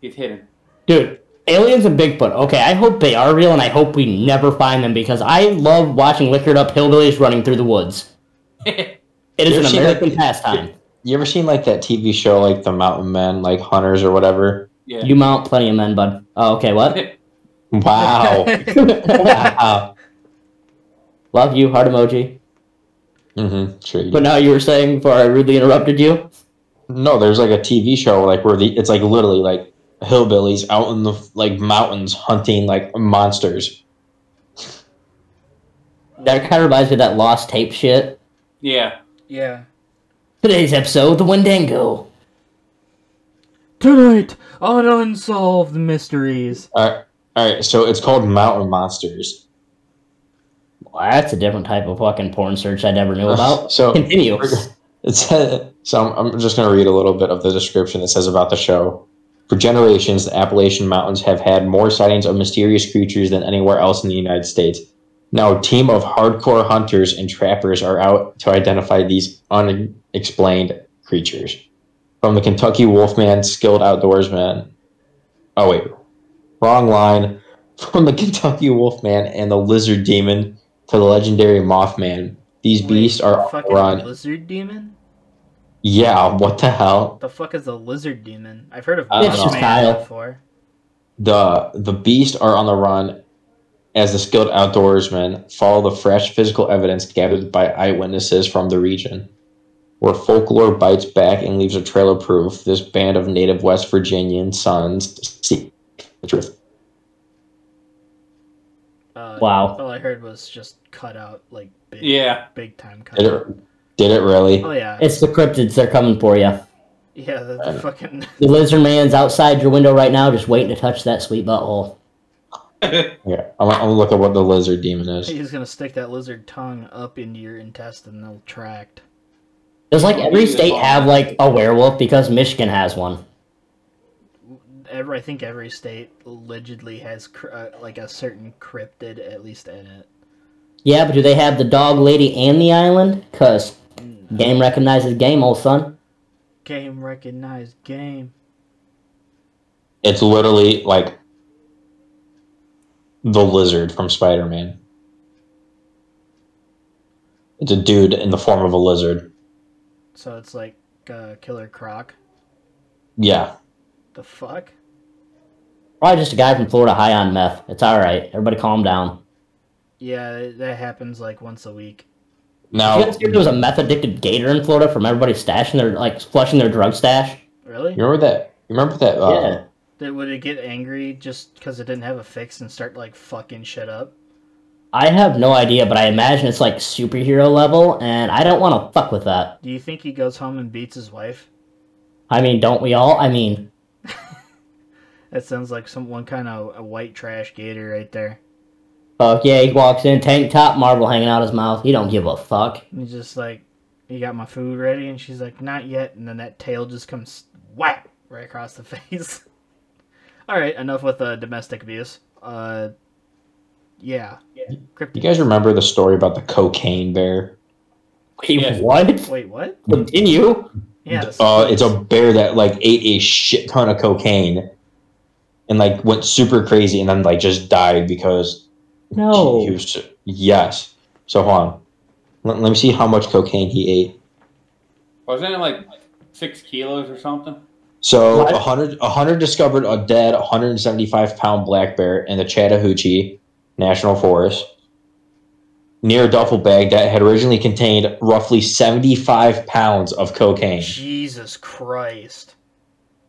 [SPEAKER 3] he's hidden.
[SPEAKER 2] Dude, aliens and Bigfoot. Okay, I hope they are real and I hope we never find them because I love watching liquored up hillbillies running through the woods. It is
[SPEAKER 1] You ever
[SPEAKER 2] an
[SPEAKER 1] seen that-
[SPEAKER 2] American pastime.
[SPEAKER 1] You ever seen like that TV show, like the Mountain Men, like Hunters or whatever?
[SPEAKER 3] yeah.
[SPEAKER 2] You mount plenty of men, bud. Oh, okay, what?
[SPEAKER 1] Wow, wow.
[SPEAKER 2] love you, heart emoji.
[SPEAKER 1] Mm-hmm. Sure. you-
[SPEAKER 2] But now you were saying before I rudely interrupted you.
[SPEAKER 1] No, there's like a TV show like where the it's like literally like hillbillies out in the like mountains hunting like monsters.
[SPEAKER 2] That kind of reminds me of that lost tape shit.
[SPEAKER 3] yeah.
[SPEAKER 4] yeah
[SPEAKER 2] Today's episode, the Wendango.
[SPEAKER 4] tonight on unsolved mysteries
[SPEAKER 1] All right, all right. So it's called Mountain Monsters.
[SPEAKER 2] Well, that's a different type of fucking porn search I never knew about.
[SPEAKER 1] So
[SPEAKER 2] Continue.
[SPEAKER 1] It says, so I'm, I'm just going to read a little bit of the description that says about the show. For generations, the Appalachian Mountains have had more sightings of mysterious creatures than anywhere else in the United States. Now, a team of hardcore hunters and trappers are out to identify these unexplained creatures. From the Kentucky Wolfman, skilled outdoorsman. Oh, wait. Wrong line. From the Kentucky Wolfman and the Lizard Demon to the legendary Mothman. These
[SPEAKER 4] Wait,
[SPEAKER 1] beasts are on the
[SPEAKER 4] fucking
[SPEAKER 1] run.
[SPEAKER 4] lizard demon
[SPEAKER 1] Yeah, what the hell?
[SPEAKER 4] the fuck is the lizard demon i've heard of
[SPEAKER 1] I don't
[SPEAKER 4] Mothman
[SPEAKER 1] know.
[SPEAKER 2] Kyle.
[SPEAKER 4] before
[SPEAKER 1] The the beast are on the run as the skilled outdoorsmen follow the fresh physical evidence gathered by eyewitnesses from the region. Where folklore bites back and leaves a trail of proof, this band of native West Virginian sons seek the truth.
[SPEAKER 4] uh,
[SPEAKER 2] Wow.
[SPEAKER 4] all i heard was just cut out like big
[SPEAKER 3] Yeah.
[SPEAKER 4] big time cut
[SPEAKER 1] Did
[SPEAKER 4] out.
[SPEAKER 1] it, did it really?
[SPEAKER 4] oh yeah
[SPEAKER 2] It's the cryptids. They're coming for you.
[SPEAKER 4] yeah the, the fucking
[SPEAKER 2] The lizard man's outside your window right now, just waiting to touch that sweet butthole.
[SPEAKER 1] Yeah, I'm, I'm gonna look at what the lizard demon is.
[SPEAKER 4] He's gonna stick that lizard tongue up into your intestinal tract.
[SPEAKER 2] Does like every state have like a werewolf? Because Michigan has one.
[SPEAKER 4] Every, I think every state allegedly has cr- uh, like a certain cryptid at least in it.
[SPEAKER 2] Yeah, but do they have the dog lady and the island? Cause game recognizes game, old son.
[SPEAKER 4] Game recognized game.
[SPEAKER 1] It's literally like the lizard from Spider Man. It's a dude in the form of a lizard.
[SPEAKER 4] So it's like uh, Killer Croc.
[SPEAKER 1] Yeah.
[SPEAKER 4] The fuck?
[SPEAKER 2] Probably just a guy from Florida high on meth. It's all right. Everybody, calm down.
[SPEAKER 4] Yeah, that- that happens like once a week.
[SPEAKER 2] Did
[SPEAKER 1] Now,
[SPEAKER 2] You guys hear there was a meth addicted gator in Florida from everybody stashing their like flushing their drug stash.
[SPEAKER 4] Really?
[SPEAKER 1] you remember that? You remember that? Uh,
[SPEAKER 2] Yeah.
[SPEAKER 4] That would it get angry just because it didn't have a fix and start like fucking shit up?
[SPEAKER 2] I have no idea, but I imagine it's like superhero level, and I don't want to fuck with that.
[SPEAKER 4] Do you think he goes home and beats his wife?
[SPEAKER 2] I mean, don't we all? I mean,
[SPEAKER 4] That sounds like some one kind of a white trash gator right there.
[SPEAKER 2] fuck yeah, he walks in, tank top, marble hanging out his mouth. He don't give a fuck.
[SPEAKER 4] And he's just like, You got my food ready? And she's like, Not yet. And then that tail just comes whack right across the face. All right, enough with uh, domestic abuse. Uh, yeah. yeah.
[SPEAKER 1] you guys remember the story about the cocaine bear?
[SPEAKER 2] Wait,
[SPEAKER 3] Yes.
[SPEAKER 2] what?
[SPEAKER 4] Wait, what?
[SPEAKER 2] Continue.
[SPEAKER 4] Yeah.
[SPEAKER 1] Uh,
[SPEAKER 4] that's-
[SPEAKER 1] it's a bear that like ate a shit ton of cocaine and like went super crazy and then like just died because
[SPEAKER 2] No.
[SPEAKER 1] he was yes. So hold on. Let, let me see how much cocaine he ate.
[SPEAKER 3] Wasn't it like six kilos or something?
[SPEAKER 1] So
[SPEAKER 2] What?
[SPEAKER 1] 100, 100 discovered a dead 175 pound black bear in the Chattahoochee National Forest. near a duffel bag that had originally contained roughly 75 pounds of cocaine.
[SPEAKER 4] Jesus Christ.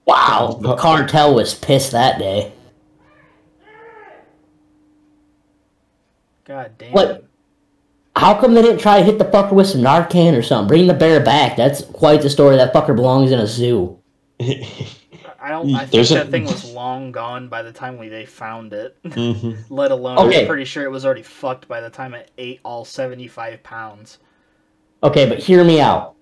[SPEAKER 2] Wow, the cartel was pissed that day.
[SPEAKER 4] God damn.
[SPEAKER 2] What? How come they didn't try to hit the fucker with some Narcan or something? Bring the bear back. That's quite the story. That fucker belongs in a zoo.
[SPEAKER 4] I don't. I think
[SPEAKER 1] There's a-
[SPEAKER 4] that thing was long gone by the time we they found it.
[SPEAKER 1] Mhm.
[SPEAKER 4] Let alone,
[SPEAKER 2] Okay.
[SPEAKER 4] I'm pretty sure it was already fucked by the time it ate all seventy-five pounds.
[SPEAKER 2] Okay, but hear me out.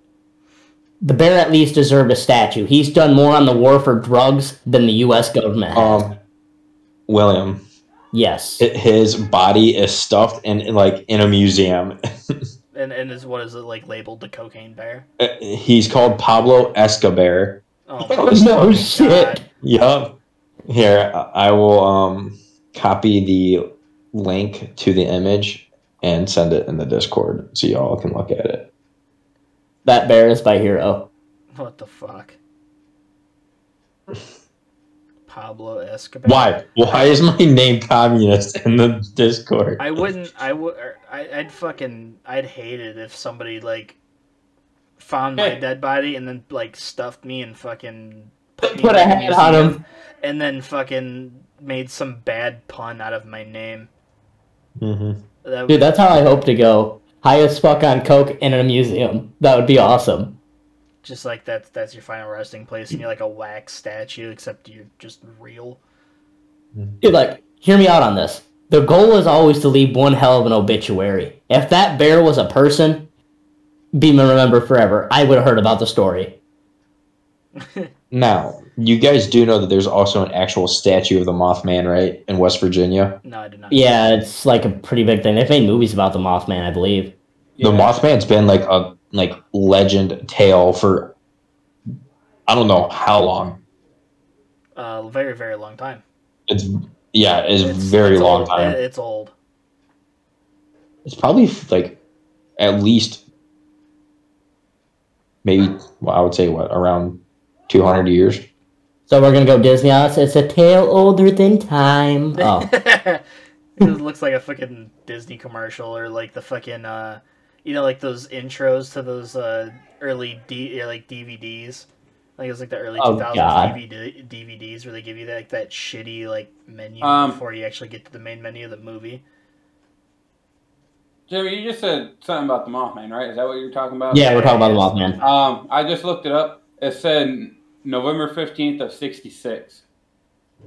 [SPEAKER 2] The bear at least deserved a statue. He's done more on the war for drugs than the U.S. government
[SPEAKER 4] Uh,
[SPEAKER 2] has.
[SPEAKER 1] Um, William,
[SPEAKER 2] yes.
[SPEAKER 1] hi- his body is stuffed in like in a museum.
[SPEAKER 4] And and is what is it like labeled the cocaine bear?
[SPEAKER 1] He's called Pablo Escobar.
[SPEAKER 4] Oh,
[SPEAKER 2] Oh,
[SPEAKER 4] my
[SPEAKER 2] no
[SPEAKER 4] fucking
[SPEAKER 2] shit.
[SPEAKER 4] God.
[SPEAKER 1] Yup. Here, I I will um copy the link to the image and send it in the Discord so y'all can look at it.
[SPEAKER 2] that bear is my hero.
[SPEAKER 4] What the fuck? Pablo Escobar.
[SPEAKER 1] Why? Why is my name communist in the Discord?
[SPEAKER 4] I wouldn't. I would. er, I, I'd fucking. I'd hate it if somebody like found my
[SPEAKER 3] Hey.
[SPEAKER 4] dead body and then like stuffed me and fucking me
[SPEAKER 2] Put a
[SPEAKER 4] in a
[SPEAKER 2] hat on
[SPEAKER 4] museum
[SPEAKER 2] him.
[SPEAKER 4] and then fucking made some bad pun out of my name.
[SPEAKER 1] Mhm.
[SPEAKER 4] That
[SPEAKER 2] Dude, that's how I hope to go. High as fuck on coke and in a museum. That would be awesome.
[SPEAKER 4] just like that's that's your final resting place, and you're like a wax statue, except you're just real.
[SPEAKER 2] Dude, like, hear me out on this. The goal is always to leave one hell of an obituary. If that bear was a person, be remembered forever. I would have heard about the story.
[SPEAKER 1] Now, you guys do know that there's also an actual statue of the Mothman, right, in West Virginia.
[SPEAKER 4] No, I did not.
[SPEAKER 2] Yeah, it's like a pretty big thing. They've made movies about the Mothman, I believe.
[SPEAKER 1] The Mothman's been like a like legend tale for I don't know how long.
[SPEAKER 4] Uh, very very long time.
[SPEAKER 1] It's yeah, it's, very
[SPEAKER 4] it's
[SPEAKER 1] long
[SPEAKER 4] old.
[SPEAKER 1] time.
[SPEAKER 4] It- It's old.
[SPEAKER 1] It's probably like at least maybe well, I would say what around 200 years.
[SPEAKER 2] So we're gonna go Disney on us. It's a tale older than time. Oh,
[SPEAKER 4] it just looks like a fucking Disney commercial or like the fucking uh you know like those intros to those uh early D or like DVDs. Like it was like the early
[SPEAKER 2] Oh,
[SPEAKER 4] two thousands
[SPEAKER 2] God.
[SPEAKER 4] DVD, DVDs where they give you that, like that shitty like menu
[SPEAKER 3] Um,
[SPEAKER 4] before you actually get to the main menu of the movie.
[SPEAKER 3] Jimmy, you just said something about the Mothman, right? Is that what you were talking about?
[SPEAKER 2] yeah, we're talking about the Mothman.
[SPEAKER 3] Um, I just looked it up. It said November fifteenth of '66.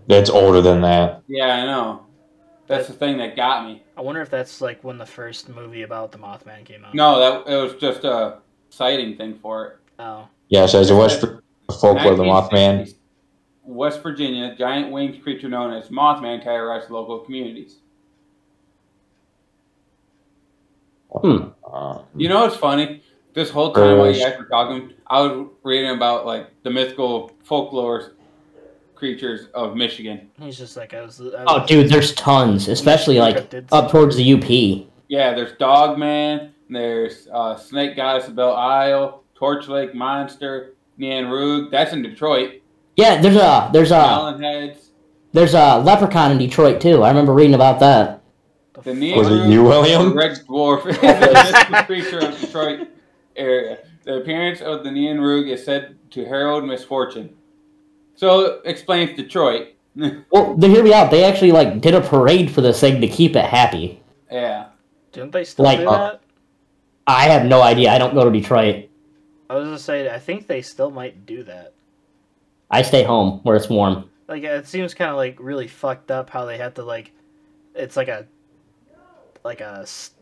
[SPEAKER 1] That's older than that.
[SPEAKER 3] Yeah, I know. That's the thing that got me.
[SPEAKER 4] I wonder if that's like when the first movie about the Mothman came out.
[SPEAKER 3] No, that it was just a sighting thing for it.
[SPEAKER 4] Oh.
[SPEAKER 1] Yeah, so as a West Vir- folklore of the Mothman.
[SPEAKER 3] 1960s, West Virginia, giant winged creature known as Mothman terrorized local communities.
[SPEAKER 1] Uh,
[SPEAKER 3] You know what's funny? This whole time while you
[SPEAKER 1] Gross.
[SPEAKER 3] guys were talking, I was reading about like the mythical folklore creatures of Michigan.
[SPEAKER 4] He's just like I was, I was
[SPEAKER 2] Oh, dude, there's tons, especially like up towards the UP.
[SPEAKER 3] Yeah, there's Dogman, there's uh, Snake Goddess of Belle Isle, Torch Lake Monster, Nyan Rug. That's in Detroit.
[SPEAKER 2] Yeah, there's a there's a
[SPEAKER 3] Allen Heads.
[SPEAKER 2] there's a leprechaun in Detroit too. I remember reading about that.
[SPEAKER 3] The
[SPEAKER 4] The fuck?
[SPEAKER 3] Nyan
[SPEAKER 1] um, Was it
[SPEAKER 3] Rug,
[SPEAKER 1] you, William?
[SPEAKER 3] Red Dwarf is a mystical creature of Detroit area. The appearance of the Nyan Rug is said to herald misfortune. So explains Detroit.
[SPEAKER 2] Well, they hear me out. They actually like did a parade for this thing to keep it happy.
[SPEAKER 3] Yeah.
[SPEAKER 4] Didn't they still
[SPEAKER 2] Like,
[SPEAKER 4] do
[SPEAKER 1] uh,
[SPEAKER 4] that?
[SPEAKER 2] I have no idea. I don't go to Detroit.
[SPEAKER 4] I was gonna say I think they still might do that.
[SPEAKER 2] I stay home where it's warm.
[SPEAKER 4] like it seems kind of like really fucked up how they had to like it's like a like a s-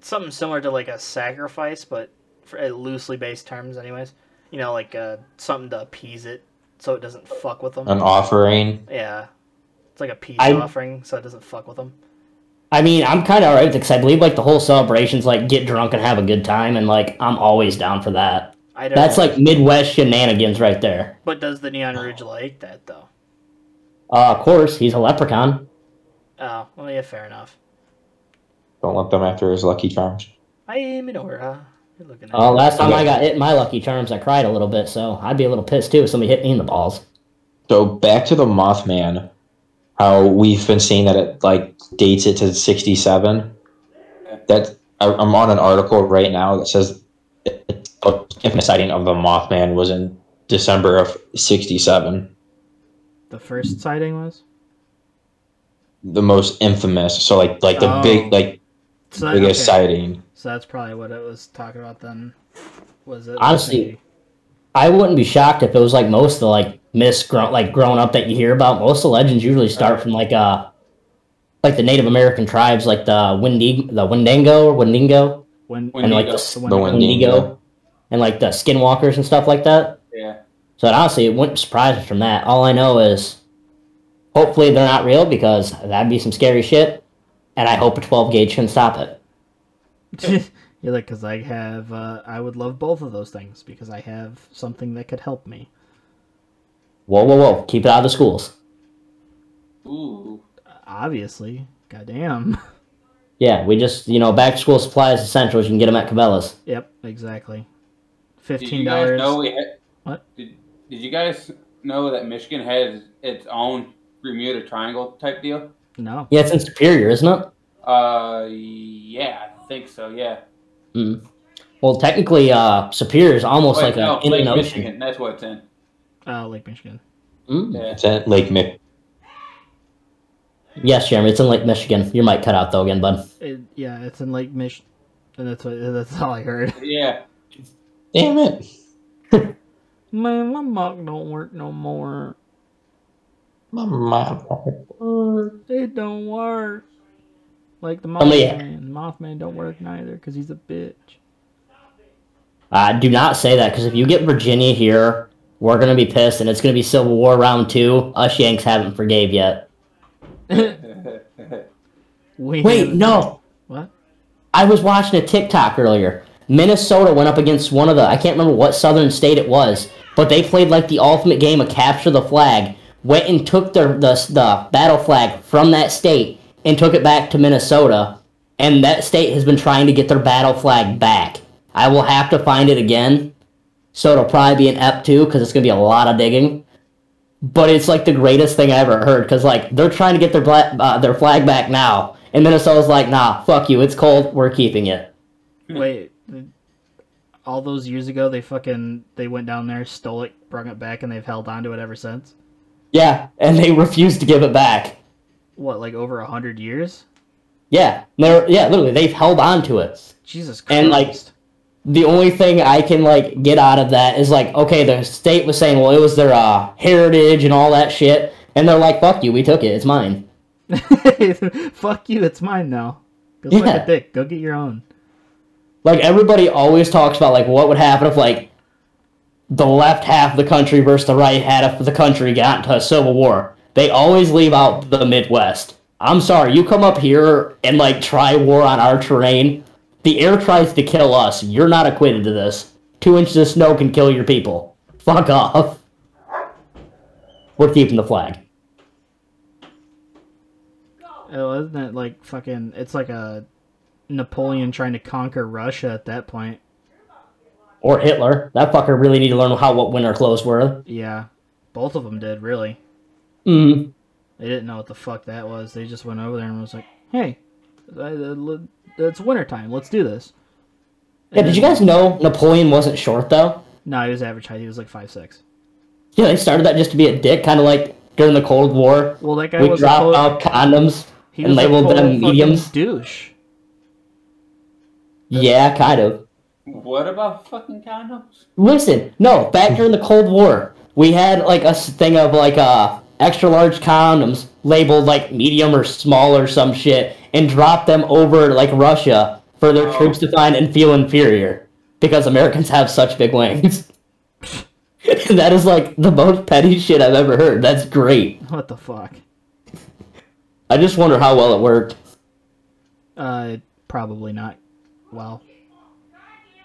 [SPEAKER 4] something similar to like a sacrifice but for uh, loosely based terms anyways you know like uh something to appease it so it doesn't fuck with them
[SPEAKER 1] An offering.
[SPEAKER 4] yeah it's like a peace
[SPEAKER 2] I-
[SPEAKER 4] offering so it doesn't fuck with them
[SPEAKER 2] I mean, I'm kind of alright with it 'cause I believe like the whole celebration's like get drunk and have a good time, and like I'm always down for that.
[SPEAKER 4] i don't
[SPEAKER 2] That's
[SPEAKER 4] know.
[SPEAKER 2] like Midwest shenanigans right there.
[SPEAKER 4] but does the neon ridge like that though
[SPEAKER 2] Uh, of course, he's a leprechaun.
[SPEAKER 4] oh well yeah fair enough
[SPEAKER 1] Don't let them after his lucky charms.
[SPEAKER 4] hi minora you're looking at
[SPEAKER 2] Uh, last time
[SPEAKER 1] Okay.
[SPEAKER 2] I got hit in my Lucky Charms, I cried a little bit, so I'd be a little pissed too if somebody hit me in the balls.
[SPEAKER 1] So back to the Mothman, how we've been seeing that it like dates it to sixty seven. that I, I'm on an article right now that says the infamous sighting of the Mothman was in December of '67.
[SPEAKER 4] The first sighting was.
[SPEAKER 1] The most infamous, so like like the
[SPEAKER 4] Oh.
[SPEAKER 1] big like
[SPEAKER 4] So,
[SPEAKER 1] biggest
[SPEAKER 4] okay.
[SPEAKER 1] sighting.
[SPEAKER 4] So that's probably what it was talking about then. Was it
[SPEAKER 2] Honestly, I wouldn't be shocked if it was like most of the like miss grown like grown up that you hear about. Most of the legends usually start from like uh like the Native American tribes, like the Wendig the Wendigo or Wendigo,
[SPEAKER 4] when
[SPEAKER 3] When
[SPEAKER 2] and like
[SPEAKER 3] Wendigo.
[SPEAKER 2] the,
[SPEAKER 4] the
[SPEAKER 1] The
[SPEAKER 4] Wendigo.
[SPEAKER 2] Wendigo.
[SPEAKER 1] Wendigo.
[SPEAKER 2] and like the skinwalkers and stuff like that.
[SPEAKER 3] Yeah.
[SPEAKER 2] So it honestly, it wouldn't surprise me from that. All I know is, hopefully they're not real because that'd be some scary shit, and I hope a 12 gauge can stop it.
[SPEAKER 4] You're like, because I have, uh, I would love both of those things because I have something that could help me.
[SPEAKER 2] Whoa, whoa, whoa! Keep it out of the schools.
[SPEAKER 3] Ooh.
[SPEAKER 4] Obviously, goddamn.
[SPEAKER 2] Yeah, we just you know back to school supplies essentials. You can get them at Cabela's.
[SPEAKER 4] yep, exactly.
[SPEAKER 3] Did
[SPEAKER 4] Fifteen
[SPEAKER 3] you guys know
[SPEAKER 4] dollars.
[SPEAKER 3] we had,
[SPEAKER 4] What?
[SPEAKER 3] Did, did you guys know that Michigan has its own Bermuda Triangle type deal?
[SPEAKER 4] No,
[SPEAKER 2] Yeah, it's in Superior, isn't it?
[SPEAKER 3] Uh, yeah, I think so. Yeah.
[SPEAKER 2] Mm. Well, technically, uh, Superior is almost like
[SPEAKER 3] Wait, no,
[SPEAKER 2] a in
[SPEAKER 3] Lake
[SPEAKER 2] an ocean.
[SPEAKER 3] Michigan. That's what it's in.
[SPEAKER 4] uh, Lake Michigan.
[SPEAKER 2] Mm.
[SPEAKER 3] Yeah.
[SPEAKER 1] It's at Lake Mick.
[SPEAKER 2] Yes, Jeremy, it's in Lake Michigan. Your mic cut out though again, bud.
[SPEAKER 4] It, yeah, it's in Lake Mich. And that's what. That's all I heard.
[SPEAKER 3] Yeah.
[SPEAKER 1] Damn it!
[SPEAKER 4] Man, my mic don't work no more.
[SPEAKER 1] My mom.
[SPEAKER 4] It don't work. Like the
[SPEAKER 2] Somebody-
[SPEAKER 4] Mothman. Mothman don't work neither because he's a bitch.
[SPEAKER 2] Uh, do not say that because if you get Virginia here, we're gonna be pissed, and it's gonna be Civil War round two. Us Yanks haven't forgave yet.
[SPEAKER 4] We
[SPEAKER 2] Wait, no.
[SPEAKER 4] What?
[SPEAKER 2] I was watching a TikTok earlier. Minnesota went up against one of the I can't remember what southern state it was, but they played like the ultimate game of capture the flag. Went and took the the, the battle flag from that state and took it back to Minnesota, and that state has been trying to get their battle flag back. I will have to find it again, so it'll probably be an ep two because it's gonna be a lot of digging. but it's like the greatest thing I ever heard because like they're trying to get their black, uh, their flag back now, and Minnesota's like, nah, fuck you, it's cold, we're keeping it.
[SPEAKER 4] Wait. th- All those years ago, they fucking they went down there, stole it, brought it back, and they've held on to it ever since.
[SPEAKER 2] Yeah, and they refuse to give it back.
[SPEAKER 4] What, like over a hundred years?
[SPEAKER 2] Yeah, they're yeah, literally they've held on to it.
[SPEAKER 4] Jesus Christ!
[SPEAKER 2] And, like, The only thing I can like get out of that is like, okay, the state was saying, well, it was their uh, heritage and all that shit, and they're like, fuck you, we took it, it's mine.
[SPEAKER 4] Fuck you, it's mine now. Go suck
[SPEAKER 2] Yeah.
[SPEAKER 4] a dick. Go get your own.
[SPEAKER 2] like everybody always talks about like what would happen if like the left half of the country versus the right half of the country got into a civil war. They always leave out the Midwest. I'm sorry, you come up here and like try war on our terrain. The air tries to kill us. You're not acquitted to this. Two inches of snow can kill your people. Fuck off. We're keeping the flag.
[SPEAKER 4] Oh, isn't that like fucking? It's like a Napoleon trying to conquer Russia at that point.
[SPEAKER 2] Or Hitler. That fucker really need to learn how what winter clothes were.
[SPEAKER 4] Yeah, both of them did really.
[SPEAKER 2] Mm.
[SPEAKER 4] They didn't know what the fuck that was. They just went over there and was like, "Hey, I- I- l- it's wintertime. Let's do this."
[SPEAKER 2] Yeah, did you guys know Napoleon wasn't short though?
[SPEAKER 4] No, he was average height. He was like five six.
[SPEAKER 2] Yeah, they started that just to be a dick, kind of like during the Cold War.
[SPEAKER 4] Well, that guy
[SPEAKER 2] We
[SPEAKER 4] was a
[SPEAKER 2] dropped
[SPEAKER 4] total-
[SPEAKER 2] out condoms
[SPEAKER 4] he
[SPEAKER 2] and
[SPEAKER 4] was a
[SPEAKER 2] labeled
[SPEAKER 4] total
[SPEAKER 2] them
[SPEAKER 4] fucking
[SPEAKER 2] mediums.
[SPEAKER 4] Douche.
[SPEAKER 2] Yeah, kind of.
[SPEAKER 3] What about fucking condoms?
[SPEAKER 2] Listen, no, back during the Cold War, we had like a s- thing of like uh, extra large condoms labeled like medium or small or some shit and dropped them over like Russia for their
[SPEAKER 3] Oh.
[SPEAKER 2] troops to find and feel inferior because Americans have such big wings. that is like the most petty shit I've ever heard. That's great.
[SPEAKER 4] What the fuck?
[SPEAKER 2] I just wonder how well it worked.
[SPEAKER 4] Uh, probably not. Well,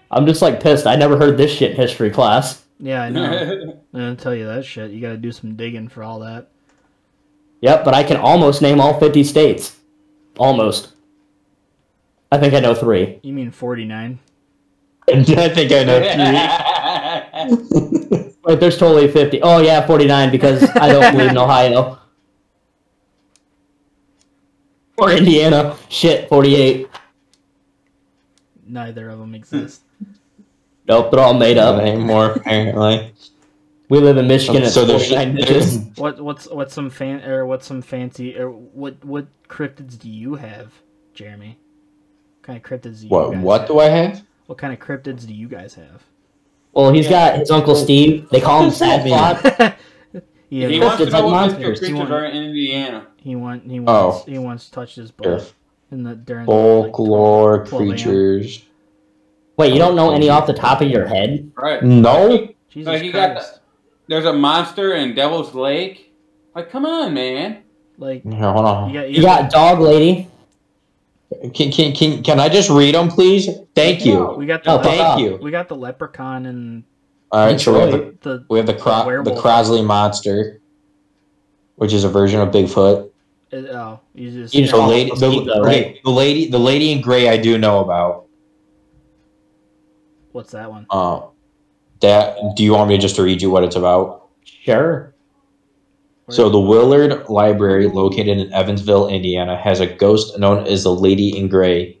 [SPEAKER 2] I'm just like pissed. I never heard this shit in history class.
[SPEAKER 4] yeah, I know. I didn't tell you that shit. You got to do some digging for all that.
[SPEAKER 2] Yep, but I can almost name all 50 states. Almost. I think I know three.
[SPEAKER 4] You mean forty nine?
[SPEAKER 1] I think I know.
[SPEAKER 2] Like, there's totally 50. Oh, yeah, 49 because I don't believe in Ohio. Or Indiana. Shit, 48.
[SPEAKER 4] neither of them exist.
[SPEAKER 2] Nope, they're all made
[SPEAKER 1] Not
[SPEAKER 2] up.
[SPEAKER 1] anymore, apparently.
[SPEAKER 2] We live in Michigan. It's
[SPEAKER 1] so
[SPEAKER 2] so
[SPEAKER 1] there's, there's
[SPEAKER 2] bitches.
[SPEAKER 4] What what's what's some fan or what's some fancy or what what cryptids do you have, Jeremy? What kind of cryptids do you
[SPEAKER 1] what
[SPEAKER 4] guys
[SPEAKER 1] what
[SPEAKER 4] have?
[SPEAKER 1] do I have?
[SPEAKER 4] What kind of cryptids do you guys have?
[SPEAKER 2] Well, he's got his uncle Steve. They call him Sad Plot.
[SPEAKER 4] yeah,
[SPEAKER 3] he
[SPEAKER 4] he,
[SPEAKER 2] Cryptids
[SPEAKER 3] wants to
[SPEAKER 2] like
[SPEAKER 3] know what Mr.
[SPEAKER 2] monsters.
[SPEAKER 4] Do you
[SPEAKER 3] Creatures
[SPEAKER 4] want-
[SPEAKER 3] are in Indiana.
[SPEAKER 4] want he
[SPEAKER 1] Oh.
[SPEAKER 4] wants he wants to touch his
[SPEAKER 1] Sure.
[SPEAKER 4] butt in the during the, like,
[SPEAKER 1] Folklore
[SPEAKER 4] 12 a.m.
[SPEAKER 1] creatures.
[SPEAKER 2] Wait, you don't know any off the top of your head?
[SPEAKER 3] Right.
[SPEAKER 1] No,
[SPEAKER 4] Jesus
[SPEAKER 3] Like, you got
[SPEAKER 4] Christ!
[SPEAKER 3] There's a monster in Devil's Lake. Like, come on, man.
[SPEAKER 4] Like
[SPEAKER 1] Here, hold on.
[SPEAKER 4] you got
[SPEAKER 2] You got Dog Lady.
[SPEAKER 1] Can, can, can, can I just read them, please? Thank you.
[SPEAKER 4] we got the
[SPEAKER 2] No,
[SPEAKER 4] le-
[SPEAKER 2] fuck off.
[SPEAKER 1] Thank you.
[SPEAKER 4] we got the leprechaun and
[SPEAKER 1] All right, so we have the,
[SPEAKER 4] the
[SPEAKER 1] we have the, cro- the
[SPEAKER 4] werewolf.
[SPEAKER 1] Crosley monster, which is a version of Bigfoot.
[SPEAKER 4] uh, oh you just
[SPEAKER 2] You just-
[SPEAKER 1] The
[SPEAKER 2] Oh,
[SPEAKER 1] lady, the,
[SPEAKER 2] Mosquito,
[SPEAKER 1] okay,
[SPEAKER 2] right?
[SPEAKER 1] the lady, the lady in gray, I do know about.
[SPEAKER 4] what's that one?
[SPEAKER 1] Um, that do you want me just to read you what it's about?
[SPEAKER 2] Sure.
[SPEAKER 1] So the Willard Library, located in Evansville, Indiana, has a ghost known as the Lady in Gray.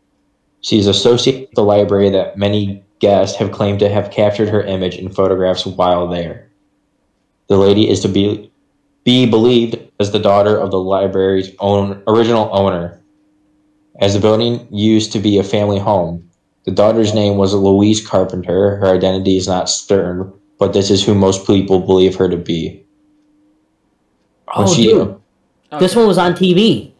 [SPEAKER 1] She is associated with the library that many guests have claimed to have captured her image in photographs while there. The lady is to be be believed as the daughter of the library's own original owner. As the building used to be a family home, the daughter's name was Louise Carpenter. Her identity is not certain, but this is who most people believe her to be. When
[SPEAKER 2] Oh,
[SPEAKER 1] she-
[SPEAKER 2] dude. This
[SPEAKER 4] Okay.
[SPEAKER 2] one was on TV.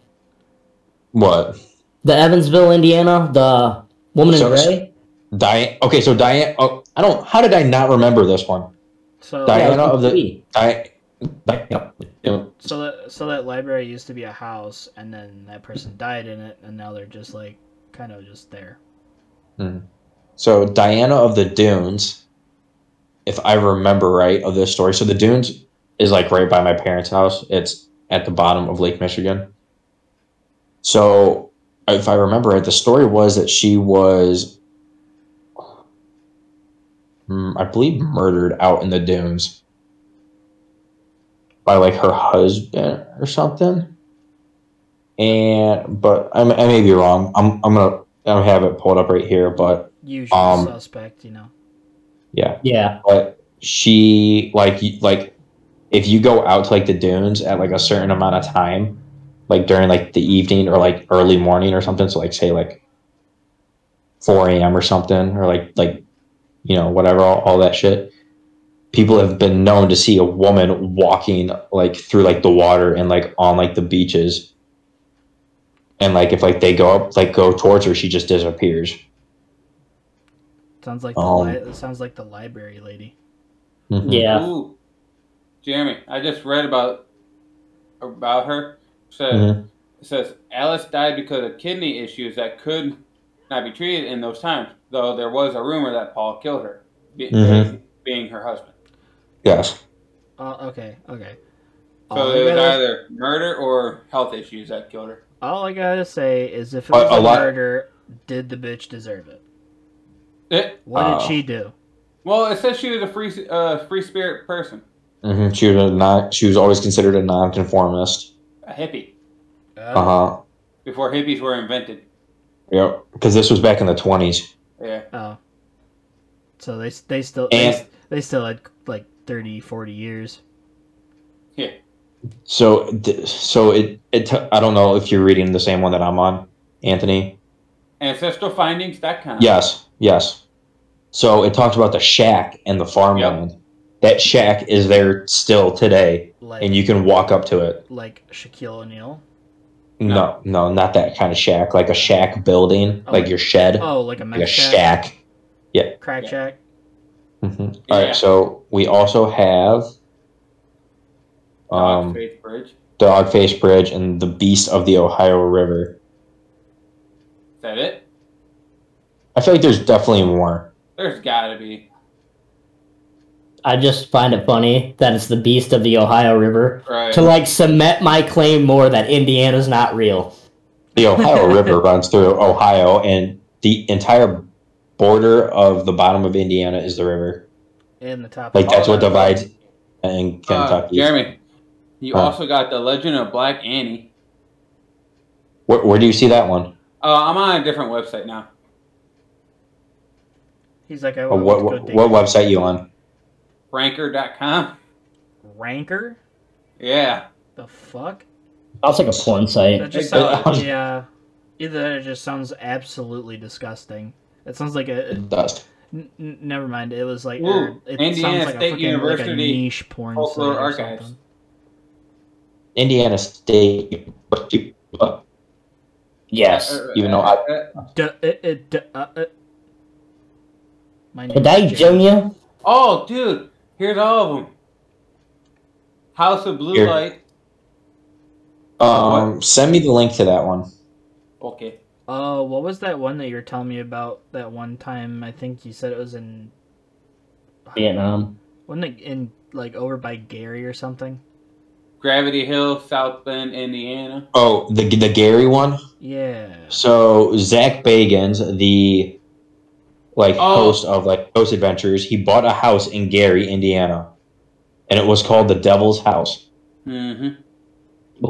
[SPEAKER 1] What?
[SPEAKER 2] The Evansville, Indiana, the woman
[SPEAKER 1] So-
[SPEAKER 2] in gray.
[SPEAKER 1] Diane. Okay, so Diane. Oh, I don't. How did I not remember this one?
[SPEAKER 4] so
[SPEAKER 1] Diana
[SPEAKER 2] Yeah, it was on
[SPEAKER 1] of the-
[SPEAKER 2] TV.
[SPEAKER 1] I. Diane.
[SPEAKER 4] So that so that library used to be a house, and then that person died in it, and now they're just like kind of just there.
[SPEAKER 1] So Diana of the Dunes, if I remember right of this story. So the Dunes is like right by my parents' house. It's at the bottom of Lake Michigan. So if I remember right, the story was that she was, mm, I believe, murdered out in the dunes by like her husband or something. And but I'm, I may be wrong. I'm I'm gonna I have it pulled up right here, but
[SPEAKER 4] Usual
[SPEAKER 1] Um,
[SPEAKER 4] suspect, you know.
[SPEAKER 2] Yeah.
[SPEAKER 1] but she like y- like if you go out to like the dunes at like a certain amount of time like during like the evening or like early morning or something so like say like 4 a.m or something or like like you know whatever all, all that shit people have been known to see a woman walking like through like the water and like on like the beaches and like if like they go up like go towards her she just disappears
[SPEAKER 4] Sounds like the
[SPEAKER 1] um,
[SPEAKER 4] li- sounds like the library lady.
[SPEAKER 1] Mhm.
[SPEAKER 2] Yeah.
[SPEAKER 3] Ooh. Jeremy, I just read about about her. Says
[SPEAKER 1] Mhm.
[SPEAKER 3] it says Alice died because of kidney issues that could not be treated in those times. Though there was a rumor that Paul killed her, be-
[SPEAKER 1] Mhm.
[SPEAKER 3] being her husband.
[SPEAKER 1] yes
[SPEAKER 4] Oh, okay, okay.
[SPEAKER 3] So
[SPEAKER 4] all,
[SPEAKER 3] it
[SPEAKER 4] I
[SPEAKER 3] was
[SPEAKER 4] gotta,
[SPEAKER 3] either murder or health issues that killed her.
[SPEAKER 4] all I gotta say is, if it
[SPEAKER 1] A-
[SPEAKER 4] was
[SPEAKER 1] a
[SPEAKER 4] a,
[SPEAKER 1] lot-
[SPEAKER 4] murder, did the bitch deserve it?
[SPEAKER 3] It,
[SPEAKER 4] What
[SPEAKER 1] Uh,
[SPEAKER 4] did she do?
[SPEAKER 3] well, it says she was a free uh, free spirit person,
[SPEAKER 1] hmm She was a non, She was always considered a nonconformist.
[SPEAKER 3] a hippie
[SPEAKER 1] Uh huh.
[SPEAKER 3] before hippies were invented. Uh,
[SPEAKER 1] Yep. Because this was back in the twenties.
[SPEAKER 3] Yeah,
[SPEAKER 4] oh, so they s- they still they,
[SPEAKER 1] And-
[SPEAKER 4] s- they still had like 30, 40 years.
[SPEAKER 1] So, th- so it it. T- I don't know if you're reading the same one that I'm on, Anthony.
[SPEAKER 3] ancestralfindings.com.
[SPEAKER 1] Yes. Yes. So it talked about the shack and the farmland. That shack is there still today,
[SPEAKER 4] Like
[SPEAKER 1] and you can walk up to it.
[SPEAKER 4] like Shaquille O'Neal.
[SPEAKER 1] No, no, not that kind of shack. Like a shack building,
[SPEAKER 4] Oh,
[SPEAKER 1] like
[SPEAKER 4] like-
[SPEAKER 1] your shed,
[SPEAKER 4] Oh, like a
[SPEAKER 1] like a
[SPEAKER 4] meth shack,
[SPEAKER 1] shack.
[SPEAKER 4] crack
[SPEAKER 3] Yeah.
[SPEAKER 4] shack.
[SPEAKER 1] Mhm.
[SPEAKER 3] Yeah.
[SPEAKER 1] All right. So we also have.
[SPEAKER 3] Dog
[SPEAKER 1] Um,
[SPEAKER 3] Faith Bridge.
[SPEAKER 1] Dogface Bridge and the Beast of the Ohio River.
[SPEAKER 3] Is that it?
[SPEAKER 1] I feel like there's definitely more.
[SPEAKER 3] There's gotta be.
[SPEAKER 2] I just find it funny that it's the beast of the Ohio River
[SPEAKER 3] Right.
[SPEAKER 2] to like cement my claim more that Indiana's not real.
[SPEAKER 1] The Ohio River runs through Ohio, and the entire border of the bottom of Indiana is the river.
[SPEAKER 4] in the top.
[SPEAKER 1] Like that's what
[SPEAKER 4] the
[SPEAKER 1] divides and
[SPEAKER 3] Uh,
[SPEAKER 1] Kentucky. Uh.
[SPEAKER 3] Jeremy, you
[SPEAKER 1] Huh.
[SPEAKER 3] also got the Legend of Black Annie.
[SPEAKER 1] where, where do you see that one?
[SPEAKER 3] Uh, I'm on a different website now.
[SPEAKER 4] He's like, I
[SPEAKER 1] Well,
[SPEAKER 4] want
[SPEAKER 1] what
[SPEAKER 4] to go
[SPEAKER 1] what,
[SPEAKER 4] dig
[SPEAKER 1] what website you on?
[SPEAKER 3] Ranker.com.
[SPEAKER 4] ranker.
[SPEAKER 3] Yeah.
[SPEAKER 4] The fuck?
[SPEAKER 2] I'll take a porn
[SPEAKER 4] That
[SPEAKER 2] site.
[SPEAKER 4] just
[SPEAKER 1] Like,
[SPEAKER 4] sounds,
[SPEAKER 1] uh,
[SPEAKER 4] yeah. Either that or it just sounds absolutely disgusting. It sounds like a.
[SPEAKER 1] Dust.
[SPEAKER 4] n- n- never mind. It was like.
[SPEAKER 3] Ooh,
[SPEAKER 4] or it
[SPEAKER 3] Indiana
[SPEAKER 4] sounds like
[SPEAKER 3] State
[SPEAKER 4] a freaking, like a
[SPEAKER 3] University
[SPEAKER 4] niche porn site
[SPEAKER 3] Folklore
[SPEAKER 4] or
[SPEAKER 3] Archives.
[SPEAKER 4] something.
[SPEAKER 1] Indiana State.
[SPEAKER 3] Uh,
[SPEAKER 1] Even
[SPEAKER 2] Yes.
[SPEAKER 1] though I
[SPEAKER 4] Duh, uh, uh, duh, uh, uh. My name
[SPEAKER 2] Today,
[SPEAKER 4] is Jim.
[SPEAKER 2] Junior.
[SPEAKER 3] Oh, dude, here's all of them. House of Blue
[SPEAKER 1] Here.
[SPEAKER 3] Light.
[SPEAKER 1] um, send me the link to that one.
[SPEAKER 3] Okay.
[SPEAKER 4] Oh, what was that one that you were telling me about that one time? I think you said it was in.
[SPEAKER 2] Vietnam.
[SPEAKER 4] Wasn't it in, like, over by Gary or something?
[SPEAKER 3] Gravity Hill, South Bend, Indiana.
[SPEAKER 1] Oh, the the Gary one.
[SPEAKER 4] Yeah.
[SPEAKER 1] So Zach Bagans, the like
[SPEAKER 3] Oh.
[SPEAKER 1] host of like Ghost Adventures, he bought a house in Gary, Indiana, and it was called the Devil's House.
[SPEAKER 3] Mm-hmm.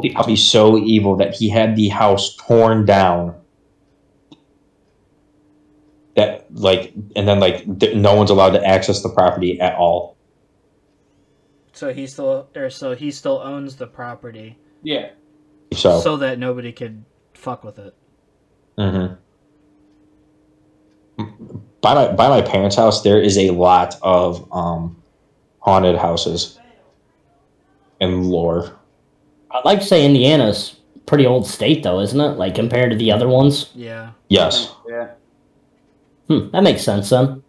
[SPEAKER 1] The house was so evil that he had the house torn down. That like, and then like, th- no one's allowed to access the property at all.
[SPEAKER 4] So he still, or so he still owns the property.
[SPEAKER 3] Yeah.
[SPEAKER 1] So,
[SPEAKER 4] so that nobody could fuck with it.
[SPEAKER 1] mm-hmm. by my by my parents' house, there is a lot of um, haunted houses and lore.
[SPEAKER 2] I'd like to say Indiana's pretty old state though, isn't it? Like compared to the other ones.
[SPEAKER 4] Yeah.
[SPEAKER 1] Yes.
[SPEAKER 3] Yeah.
[SPEAKER 2] Hmm, that makes sense then.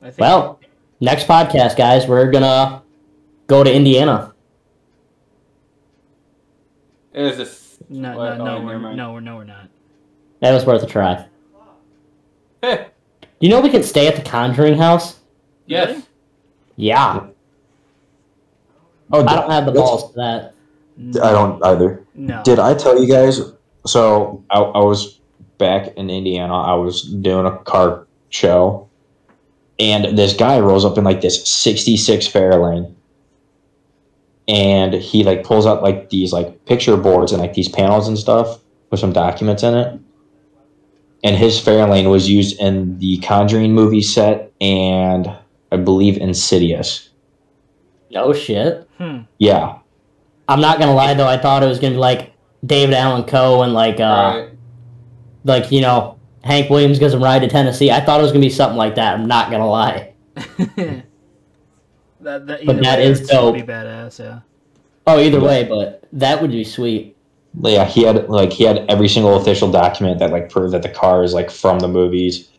[SPEAKER 4] I think
[SPEAKER 2] Well, next podcast, guys, we're gonna go to Indiana.
[SPEAKER 3] It was a. s-
[SPEAKER 4] no,
[SPEAKER 3] what? Oh,
[SPEAKER 4] no, no,
[SPEAKER 3] never
[SPEAKER 4] we're,
[SPEAKER 3] mind.
[SPEAKER 4] no, we're, no, we're not.
[SPEAKER 2] That was worth a try.
[SPEAKER 3] Heh,
[SPEAKER 2] You know we could stay at the Conjuring House.
[SPEAKER 3] yes.
[SPEAKER 4] Really?
[SPEAKER 2] Yeah,
[SPEAKER 1] Oh,
[SPEAKER 2] I don't have the
[SPEAKER 1] that's-
[SPEAKER 2] balls for that.
[SPEAKER 1] I don't either.
[SPEAKER 4] No.
[SPEAKER 1] Did I tell you guys? So I, I was back in Indiana. I was doing a car show, and this guy rolls up in like this '66 Fairlane, and he like pulls out like these like picture boards and like these panels and stuff with some documents in it. And his Fairlane was used in the Conjuring movie set and I believe Insidious.
[SPEAKER 2] No shit.
[SPEAKER 4] Hmm.
[SPEAKER 1] Yeah,
[SPEAKER 2] I'm not gonna lie though. I thought it was gonna be like David Allen Coe and like uh,
[SPEAKER 3] Right.
[SPEAKER 2] like you know Hank Williams goes and ride to Tennessee. I thought it was gonna be something like that. I'm not gonna lie.
[SPEAKER 4] that, Hmm. that, either
[SPEAKER 2] that
[SPEAKER 4] way,
[SPEAKER 2] is
[SPEAKER 4] it's gonna
[SPEAKER 2] dope.
[SPEAKER 4] Be badass, yeah.
[SPEAKER 2] Oh, either way, but that would be sweet.
[SPEAKER 1] yeah he had like he had every single official document that like proved that the car is like from the movies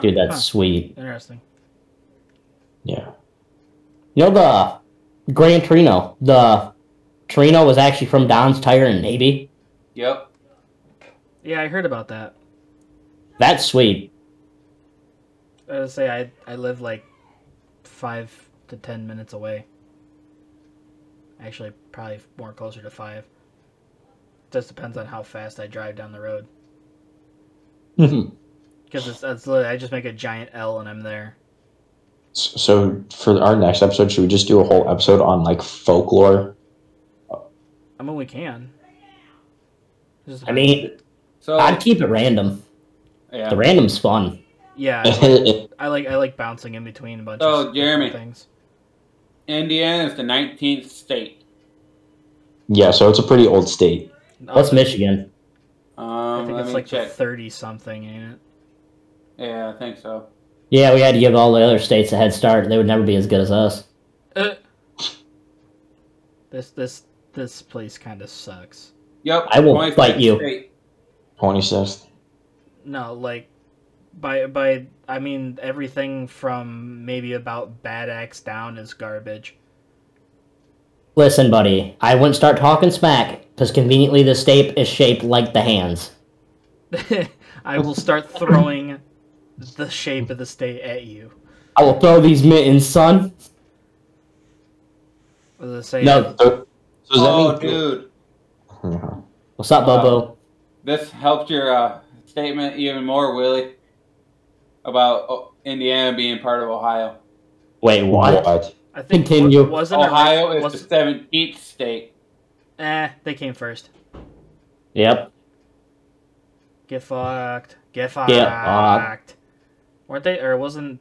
[SPEAKER 2] Dude, that's
[SPEAKER 4] Huh.
[SPEAKER 2] sweet.
[SPEAKER 4] Interesting.
[SPEAKER 1] yeah
[SPEAKER 2] You know the Grand Torino. The Torino was actually from Don's Tire and Navy.
[SPEAKER 3] Yep.
[SPEAKER 4] Yeah, I heard about that.
[SPEAKER 2] That's sweet.
[SPEAKER 4] I would say I I live like five to ten minutes away. Actually, probably more closer to five. Just depends on how fast I drive down the road.
[SPEAKER 1] Mm-hmm.
[SPEAKER 2] Mhm.
[SPEAKER 4] Because it's, it's literally, I just make a giant L and I'm there.
[SPEAKER 1] S- so for our next episode should we just do a whole episode on like folklore
[SPEAKER 4] I mean, we can. Just
[SPEAKER 2] I mean,
[SPEAKER 3] So
[SPEAKER 2] I'd keep it random.
[SPEAKER 3] Oh. yeah.
[SPEAKER 2] The random's fun.
[SPEAKER 4] yeah, I like,
[SPEAKER 1] It-
[SPEAKER 4] I like I like bouncing in between a bunch
[SPEAKER 3] So,
[SPEAKER 4] of different
[SPEAKER 3] Oh, Jeremy.
[SPEAKER 4] things.
[SPEAKER 3] Indiana is the 19th state.
[SPEAKER 1] yeah so it's a pretty old state
[SPEAKER 4] Oh.
[SPEAKER 2] What's Michigan?
[SPEAKER 4] I
[SPEAKER 3] Um,
[SPEAKER 4] think
[SPEAKER 3] let
[SPEAKER 4] it's
[SPEAKER 3] me
[SPEAKER 4] like
[SPEAKER 3] check.
[SPEAKER 4] thirty something, ain't it?
[SPEAKER 3] yeah, I think so.
[SPEAKER 2] Yeah, we had to give all the other states a head start. They would never be as good as us.
[SPEAKER 4] Uh, this this this place kind of sucks.
[SPEAKER 3] Yep.
[SPEAKER 2] I will
[SPEAKER 3] 25th
[SPEAKER 2] bite you.
[SPEAKER 3] state.
[SPEAKER 1] 26th
[SPEAKER 4] No, like by by I mean everything from maybe about Bad Axe down is garbage.
[SPEAKER 2] Listen, buddy, I wouldn't start talking smack because conveniently the state is shaped like the hands.
[SPEAKER 4] I will start throwing the shape of the state at you.
[SPEAKER 2] I will throw these mittens, son.
[SPEAKER 4] Was it say
[SPEAKER 2] No,
[SPEAKER 1] so, so does
[SPEAKER 3] Oh,
[SPEAKER 1] that mean
[SPEAKER 3] dude,
[SPEAKER 1] Mhm.
[SPEAKER 2] what's up,
[SPEAKER 3] Wow.
[SPEAKER 2] Bobo?
[SPEAKER 3] this helped your uh, statement even more, Willie, about oh, Indiana being part of Ohio.
[SPEAKER 2] Wait, what?
[SPEAKER 4] I think
[SPEAKER 2] Continue.
[SPEAKER 4] wasn't it-
[SPEAKER 3] Ohio is
[SPEAKER 4] was-
[SPEAKER 3] the 17th state.
[SPEAKER 4] eh, they came first.
[SPEAKER 2] Yep.
[SPEAKER 4] Get fucked. Get fucked.
[SPEAKER 2] Get
[SPEAKER 4] Weren't they, or wasn't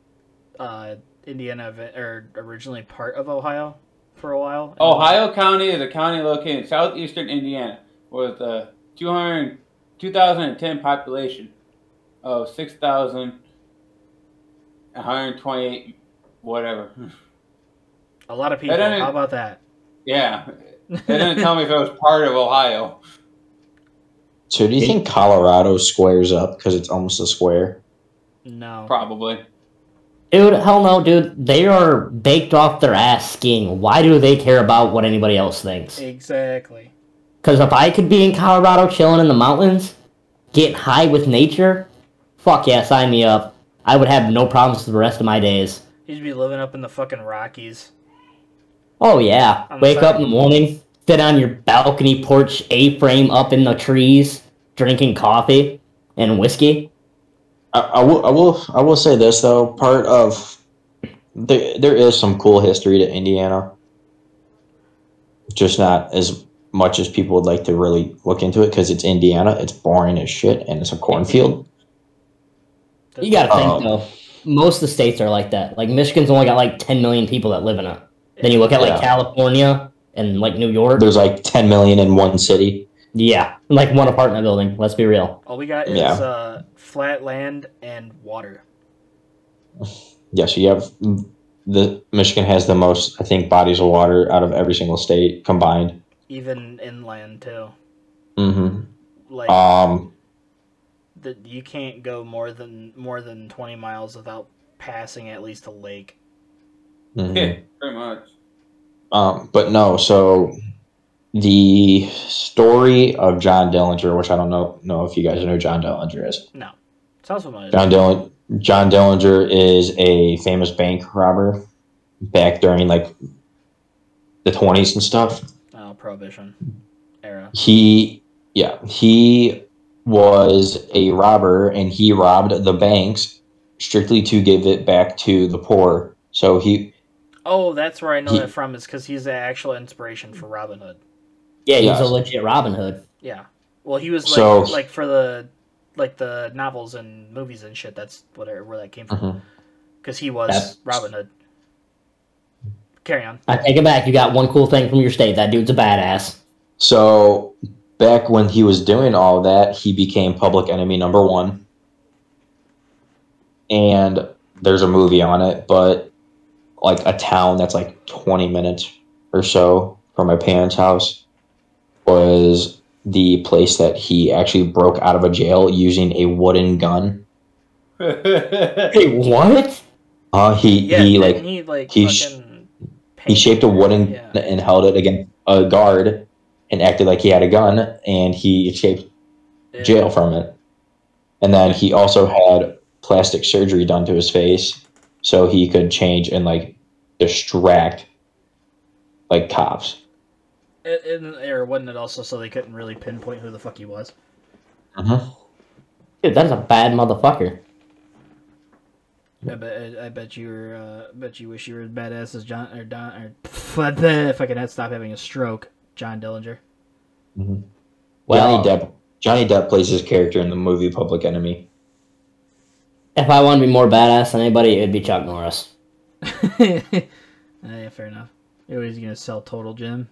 [SPEAKER 4] uh, Indiana vi- or originally part of Ohio for a while?
[SPEAKER 3] Ohio County is a county located in southeastern Indiana with a 200, 2010 population of 6,128, whatever.
[SPEAKER 4] A lot of people.
[SPEAKER 3] I don't-
[SPEAKER 4] How about that?
[SPEAKER 3] Yeah. They didn't tell me if it was part of Ohio.
[SPEAKER 1] So do you think Colorado squares up because it's almost a square?
[SPEAKER 4] no.
[SPEAKER 3] Probably.
[SPEAKER 2] Dude, hell no, dude. They are baked off their ass skiing. Why do they care about what anybody else thinks?
[SPEAKER 4] Exactly.
[SPEAKER 2] Because if I could be in Colorado chilling in the mountains, getting high with nature, fuck yeah, sign me up. I would have no problems for the rest of my days.
[SPEAKER 4] He should be living up in the fucking Rockies.
[SPEAKER 2] Oh yeah.
[SPEAKER 4] I'm
[SPEAKER 2] Wake
[SPEAKER 4] sorry.
[SPEAKER 2] up in the morning, sit on your balcony porch A frame up in the trees, drinking coffee and whiskey.
[SPEAKER 1] I, I will. I will. I will say this though. Part of there, there is some cool history to Indiana. Just not as much as people would like to really look into it because it's Indiana. It's boring as shit, and it's a cornfield.
[SPEAKER 2] You gotta think
[SPEAKER 1] Um,
[SPEAKER 2] though. Most of the states are like that. Like Michigan's only got like ten million people that live in it. Then you look at
[SPEAKER 1] Yeah.
[SPEAKER 2] like California and like New York.
[SPEAKER 1] There's like ten million in one city.
[SPEAKER 2] Yeah. Like one apartment building, let's be real.
[SPEAKER 4] All we got is
[SPEAKER 1] Yeah.
[SPEAKER 4] uh, flat land and water.
[SPEAKER 1] Yeah, so you have the Michigan has the most, I think, bodies of water out of every single state combined.
[SPEAKER 4] Even inland too.
[SPEAKER 1] hmm
[SPEAKER 4] Like
[SPEAKER 1] Um,
[SPEAKER 4] that you can't go more than more than 20 miles without passing at least a lake
[SPEAKER 1] mhm.
[SPEAKER 3] Yeah, pretty much.
[SPEAKER 1] Um, but no, so the story of John Dillinger, which I don't know know if you guys know who John Dillinger is.
[SPEAKER 4] sounds familiar
[SPEAKER 1] John Dillinger, John Dillinger is a famous bank robber back during like the twenties and stuff.
[SPEAKER 4] oh, prohibition era
[SPEAKER 1] He yeah, he was a robber and he robbed the banks strictly to give it back to the poor. So he
[SPEAKER 4] oh that's where i know
[SPEAKER 1] He-
[SPEAKER 4] that from is because he's the actual inspiration for robin hood
[SPEAKER 2] Yeah, he's
[SPEAKER 1] Yes.
[SPEAKER 2] a legit Robin Hood.
[SPEAKER 4] yeah well he was like,
[SPEAKER 1] So-
[SPEAKER 4] like for the like the novels and movies and shit that's what, where that came from
[SPEAKER 1] Mhm.
[SPEAKER 4] because he was
[SPEAKER 2] That's-
[SPEAKER 4] robin hood carry on
[SPEAKER 2] I take it back, you got one cool thing from your state. That dude's a badass.
[SPEAKER 1] So back when he was doing all that, he became public enemy number one. And there's a movie on it, but like a town that's like 20 minutes or so from my parents' house was the place that he actually broke out of a jail using a wooden gun.
[SPEAKER 2] Hey, what?
[SPEAKER 1] Uh, he
[SPEAKER 4] yeah
[SPEAKER 1] he
[SPEAKER 4] didn't
[SPEAKER 1] like
[SPEAKER 4] he like
[SPEAKER 1] he sh-
[SPEAKER 4] fucking
[SPEAKER 1] he shaped a wooden
[SPEAKER 4] yeah.
[SPEAKER 1] and held it against a guard and acted like he had a gun and he shaped
[SPEAKER 4] Yeah.
[SPEAKER 1] jail from it. And then he also had plastic surgery done to his face so he could change and like distract like cops.
[SPEAKER 4] It- it- or wasn't it also so they couldn't really pinpoint who the fuck he was
[SPEAKER 2] Dude, that is a bad motherfucker.
[SPEAKER 4] I bet I bet you were uh, bet you wish you were as badass as John or Don or but then if I could not stop having a stroke, John Dillinger.
[SPEAKER 2] Well,
[SPEAKER 1] Johnny Depp Johnny Depp plays his character in the movie Public Enemy.
[SPEAKER 2] if I want to be more badass than anybody, it'd be Chuck Norris.
[SPEAKER 4] yeah, fair enough. Everybody's gonna sell Total Gym.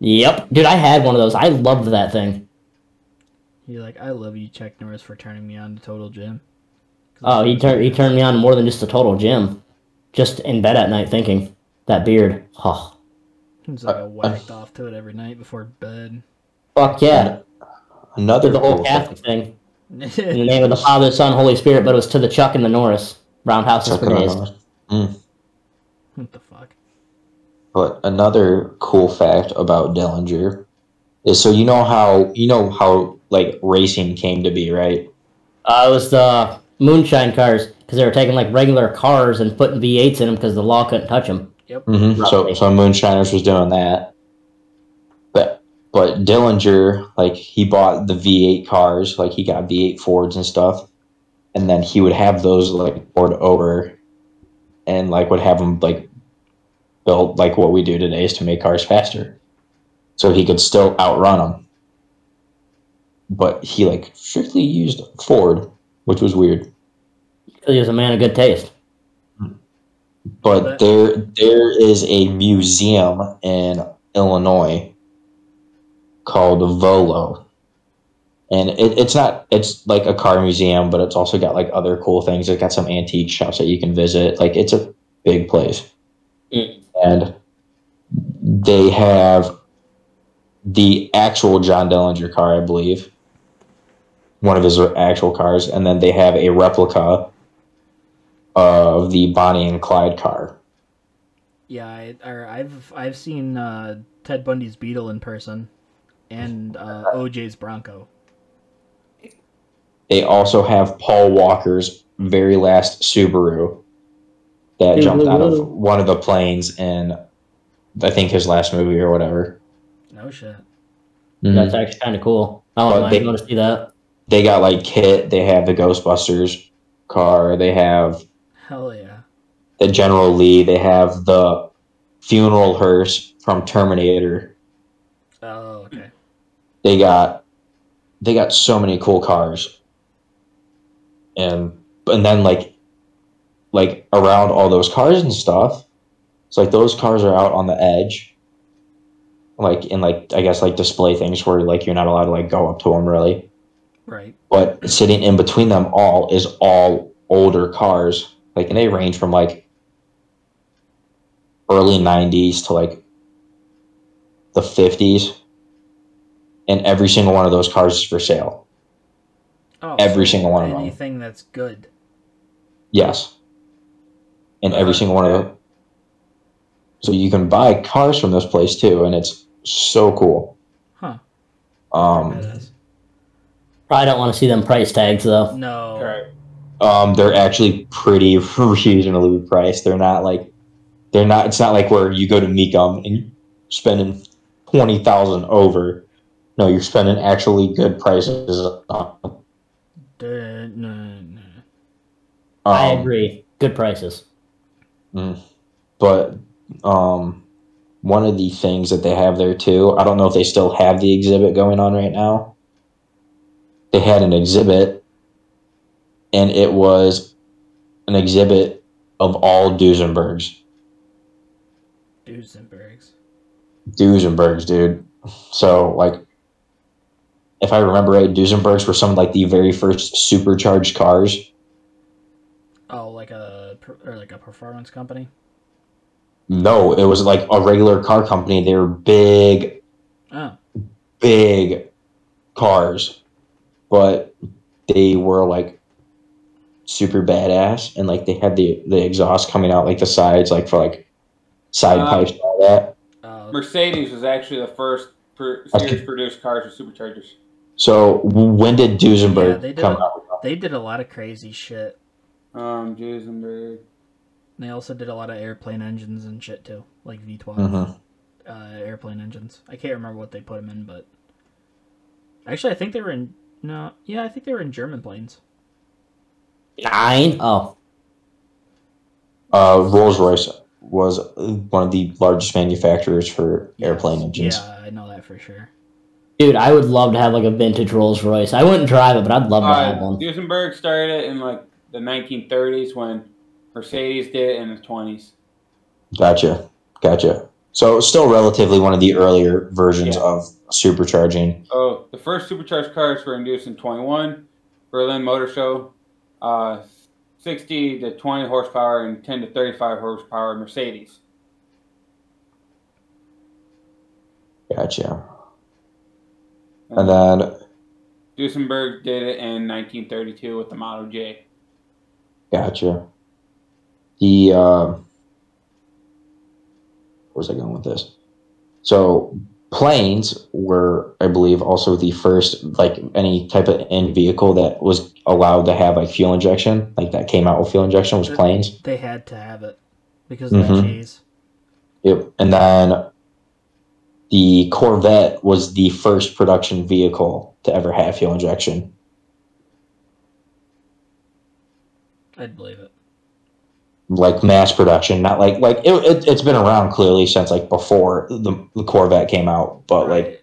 [SPEAKER 2] Yep. Dude, I had one of those. I loved that thing.
[SPEAKER 4] You're like, I love you, Chuck Norris, for turning me on to Total Gym. 'Cause
[SPEAKER 2] Oh,
[SPEAKER 4] I'm
[SPEAKER 2] he
[SPEAKER 4] a-
[SPEAKER 2] turned he turned me on more than just a total gym. Just in bed at night thinking. That beard. Oh.
[SPEAKER 4] He's like, I
[SPEAKER 2] Uh,
[SPEAKER 4] whacked off to it every night before bed.
[SPEAKER 2] Fuck yeah.
[SPEAKER 1] Another
[SPEAKER 2] Did the whole
[SPEAKER 1] cool
[SPEAKER 2] Catholic thing. In the
[SPEAKER 4] Chuck
[SPEAKER 2] name of the Father, Son, Holy Spirit, but it was to the Chuck and the Norris. Roundhouse
[SPEAKER 1] thing-
[SPEAKER 2] for days.
[SPEAKER 4] what the fuck?
[SPEAKER 1] But another cool fact about Dillinger is so you know how you know how like racing came to be, right?
[SPEAKER 2] Uh, it was the moonshine cars because they were taking like regular cars and putting V8s in them because the law couldn't touch them.
[SPEAKER 1] Mm-hmm. So, so Moonshiners was doing that, but but Dillinger like he bought the V8 cars, like he got V8 Fords and stuff, and then he would have those like poured over, and like would have them like built like what we do today is to make cars faster, so he could still outrun them. but he like strictly used Ford, which was weird.
[SPEAKER 2] He was a man of good taste.
[SPEAKER 1] But there there is a museum in Illinois called Volo. And it, it's not it's like a car museum, but it's also got like other cool things. It's got some antique shops that you can visit. Like it's a big place.
[SPEAKER 2] Mm.
[SPEAKER 1] And they have the actual John Dillinger car, I believe. One of his actual cars, and then they have a replica of the Bonnie and Clyde car.
[SPEAKER 4] Yeah, I, or I've I've seen uh, Ted Bundy's Beetle in person, and uh, OJ's Bronco.
[SPEAKER 1] They also have Paul Walker's very last Subaru that
[SPEAKER 2] Dude,
[SPEAKER 1] jumped
[SPEAKER 2] whoa,
[SPEAKER 1] out of
[SPEAKER 2] whoa.
[SPEAKER 1] one of the planes in, I think, his last movie or whatever.
[SPEAKER 4] No shit.
[SPEAKER 1] Mhm.
[SPEAKER 2] That's actually kind of cool. I
[SPEAKER 1] But
[SPEAKER 2] don't
[SPEAKER 1] they-
[SPEAKER 2] know. want to see that.
[SPEAKER 1] They got like Kit, they have the Ghostbusters car, they have
[SPEAKER 4] Hell yeah.
[SPEAKER 1] the General Lee, they have the funeral hearse from Terminator.
[SPEAKER 4] Oh okay.
[SPEAKER 1] They got they got so many cool cars. And and then like like around all those cars and stuff, it's like those cars are out on the edge. Like in like I guess like display things where like you're not allowed to like go up to them really.
[SPEAKER 4] Right.
[SPEAKER 1] But sitting in between them all is all older cars. Like and they range from like early nineties to like the fifties. And every single one of those cars is for sale.
[SPEAKER 4] Oh,
[SPEAKER 1] Every
[SPEAKER 4] so
[SPEAKER 1] single one of them.
[SPEAKER 4] Anything that's good.
[SPEAKER 1] Yes. And every single one of them. So you can buy cars from this place too, and it's so cool.
[SPEAKER 4] Huh.
[SPEAKER 1] Um,
[SPEAKER 4] Badass.
[SPEAKER 2] Probably don't want to see them price tags though.
[SPEAKER 4] No.
[SPEAKER 3] All right.
[SPEAKER 1] um, they're actually pretty reasonably priced. They're not like, they're not. It's not like where you go to Mecum and you're spending twenty thousand over. No, you're spending actually good prices. on them.
[SPEAKER 4] Dun, dun, dun.
[SPEAKER 2] I
[SPEAKER 1] Um,
[SPEAKER 2] agree. Good prices.
[SPEAKER 1] but um, one of the things that they have there too, I don't know if they still have the exhibit going on right now. They had an exhibit, and it was an exhibit of all Duesenbergs.
[SPEAKER 4] Duesenbergs.
[SPEAKER 1] Duesenbergs, dude. So like, if I remember right, Duesenbergs were some of like the very first supercharged cars.
[SPEAKER 4] Oh, like a per- or like a performance company.
[SPEAKER 1] No, it was like a regular car company. They were big
[SPEAKER 4] Oh,
[SPEAKER 1] big cars, but they were like super badass and like they had the the exhaust coming out like the sides like for like side
[SPEAKER 3] Uh,
[SPEAKER 1] pipes and all that.
[SPEAKER 4] uh,
[SPEAKER 3] Mercedes was actually the first per-
[SPEAKER 1] Okay.
[SPEAKER 3] series produced cars with superchargers.
[SPEAKER 1] So w- when did
[SPEAKER 4] Yeah,
[SPEAKER 1] Duesenberg
[SPEAKER 4] they did
[SPEAKER 1] come
[SPEAKER 4] it.
[SPEAKER 1] out? with
[SPEAKER 4] they did a lot of crazy shit.
[SPEAKER 3] Um, Duesenberg.
[SPEAKER 4] They also did a lot of airplane engines and shit too, like V
[SPEAKER 1] that?
[SPEAKER 4] 12
[SPEAKER 1] Mhm.
[SPEAKER 4] uh, airplane engines. I can't remember what they put them in, but actually, I think they were in no, yeah, I think they were in German planes.
[SPEAKER 2] Nine? Oh,
[SPEAKER 1] Uh, Rolls Royce was one of the largest manufacturers for
[SPEAKER 4] Yes.
[SPEAKER 1] airplane engines.
[SPEAKER 4] Yeah, I know that for sure.
[SPEAKER 2] dude, I would love to have like a vintage Rolls Royce. I wouldn't drive it, but I'd love to
[SPEAKER 3] Uh,
[SPEAKER 2] have one.
[SPEAKER 3] Duesenberg started it in like the 1930s when Mercedes did it in the 20s.
[SPEAKER 1] Gotcha, gotcha. So still relatively one of the earlier versions
[SPEAKER 3] Yeah.
[SPEAKER 1] of supercharging.
[SPEAKER 3] So the first supercharged cars were induced in 21, Berlin Motor Show, uh, 60 to 20 horsepower and 10 to 35 horsepower Mercedes.
[SPEAKER 1] Gotcha. And then
[SPEAKER 3] Duesenberg did it in 1932 with the Model J.
[SPEAKER 1] Gotcha. The um where's I going with this? So planes were, I believe, also the first like any type of end vehicle that was allowed to have like fuel injection, like that came out with fuel injection was planes.
[SPEAKER 4] They had to have it because of
[SPEAKER 1] Mhm.
[SPEAKER 4] that cheese.
[SPEAKER 1] Yep. And then the Corvette was the first production vehicle to ever have fuel injection.
[SPEAKER 4] I'd believe it.
[SPEAKER 1] like mass production, not like like it, it, it's been around clearly since like before the, the Corvette came out, but like
[SPEAKER 4] Right.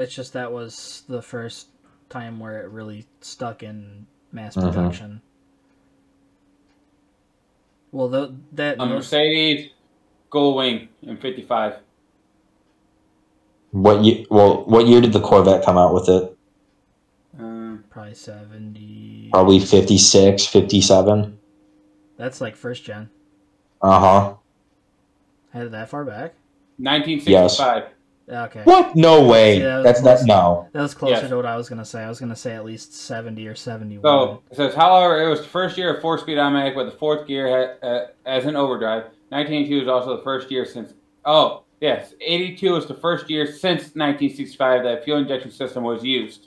[SPEAKER 4] it's just that was the first time where it really stuck in mass
[SPEAKER 1] Mhm.
[SPEAKER 4] production. Well, tho- that
[SPEAKER 3] A Mercedes Gold Wing in '55.
[SPEAKER 1] What year? Well, what year did the Corvette come out with it?
[SPEAKER 3] Um,
[SPEAKER 4] probably seventy.
[SPEAKER 1] Probably 56, 57.
[SPEAKER 4] That's like first gen.
[SPEAKER 1] Uh huh.
[SPEAKER 4] Had it that far back?
[SPEAKER 3] 1965.
[SPEAKER 4] Okay,
[SPEAKER 1] What? No way.
[SPEAKER 4] Yeah, that
[SPEAKER 1] That's
[SPEAKER 4] was
[SPEAKER 1] that.
[SPEAKER 4] close.
[SPEAKER 1] No.
[SPEAKER 4] that was closer
[SPEAKER 3] Yes.
[SPEAKER 4] to what I was gonna say. I was gonna say at least seventy or seventy-one.
[SPEAKER 3] So it says, however, it was the first year of four-speed automatic with the fourth gear ha- uh, as an overdrive. 1982 was also the first year since. Oh yes, 82 was the first year since 1965 that fuel injection system was used.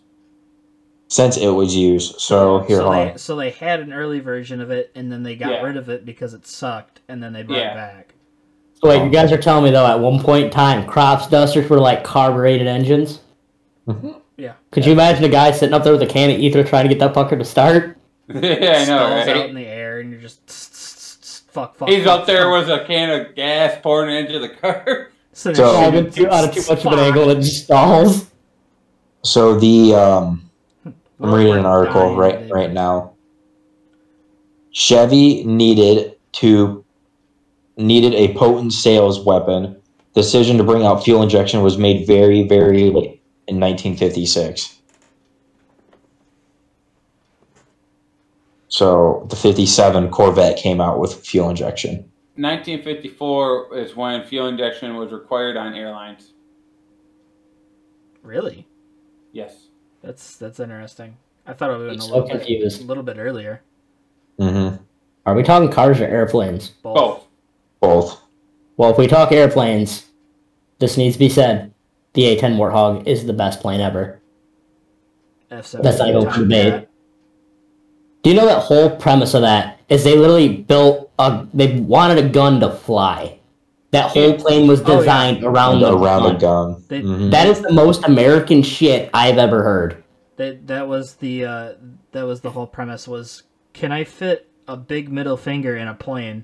[SPEAKER 1] Since it was used, so here
[SPEAKER 4] so
[SPEAKER 1] hold
[SPEAKER 4] they,
[SPEAKER 1] on.
[SPEAKER 4] so they had an early version of it, and then they got
[SPEAKER 3] Yeah.
[SPEAKER 4] rid of it because it sucked, and then they brought
[SPEAKER 3] Yeah.
[SPEAKER 4] it back.
[SPEAKER 2] So wait, you guys are telling me though, at one point in time, crops dusters were like carbureted engines.
[SPEAKER 1] Mhm.
[SPEAKER 4] Yeah.
[SPEAKER 2] Could you imagine a guy sitting up there with a can of ether trying to get that fucker to start?
[SPEAKER 3] yeah, I know,
[SPEAKER 4] Stalls out
[SPEAKER 3] right?
[SPEAKER 4] in the air, and you're just tss, tss, tss, fuck, fuck.
[SPEAKER 3] He's
[SPEAKER 4] fuck,
[SPEAKER 3] up there
[SPEAKER 4] fuck.
[SPEAKER 3] with a can of gas pouring into the car.
[SPEAKER 4] So
[SPEAKER 1] So-
[SPEAKER 4] there's-
[SPEAKER 2] Out of too, out of too much of an
[SPEAKER 4] Fuck.
[SPEAKER 2] angle, it just stalls.
[SPEAKER 1] So the um, I'm
[SPEAKER 4] Well,
[SPEAKER 1] reading an
[SPEAKER 4] we're
[SPEAKER 1] article
[SPEAKER 4] dying,
[SPEAKER 1] right
[SPEAKER 4] dude.
[SPEAKER 1] right now. Chevy needed to needed a potent sales weapon. Decision to bring out fuel injection was made very very late in 1956. So the 57 Corvette came out with fuel injection.
[SPEAKER 3] 1954 is when fuel injection was required on airlines.
[SPEAKER 4] Really?
[SPEAKER 3] Yes.
[SPEAKER 4] That's that's interesting. I thought it would have
[SPEAKER 2] I'm
[SPEAKER 4] been a
[SPEAKER 2] so
[SPEAKER 4] little, bit,
[SPEAKER 2] confused.
[SPEAKER 4] a little bit earlier.
[SPEAKER 1] Mm-hmm.
[SPEAKER 2] Are we talking cars or airplanes?
[SPEAKER 4] Both.
[SPEAKER 3] Both.
[SPEAKER 1] Both.
[SPEAKER 2] Well, if we talk airplanes, this needs to be said. The A-10 Warthog is the best plane ever.
[SPEAKER 4] F-17
[SPEAKER 2] That's not even
[SPEAKER 4] Tomcat.
[SPEAKER 2] debate. Do you know that whole premise of that is they literally built a they wanted a gun to fly. That whole plane was
[SPEAKER 4] Oh, yeah.
[SPEAKER 2] designed around the
[SPEAKER 1] around
[SPEAKER 2] gun.
[SPEAKER 1] the gun.
[SPEAKER 4] They-
[SPEAKER 1] Mhm.
[SPEAKER 2] That is the most American shit I've ever heard.
[SPEAKER 4] That that was the uh, that was the whole premise was can I fit a big middle finger in a plane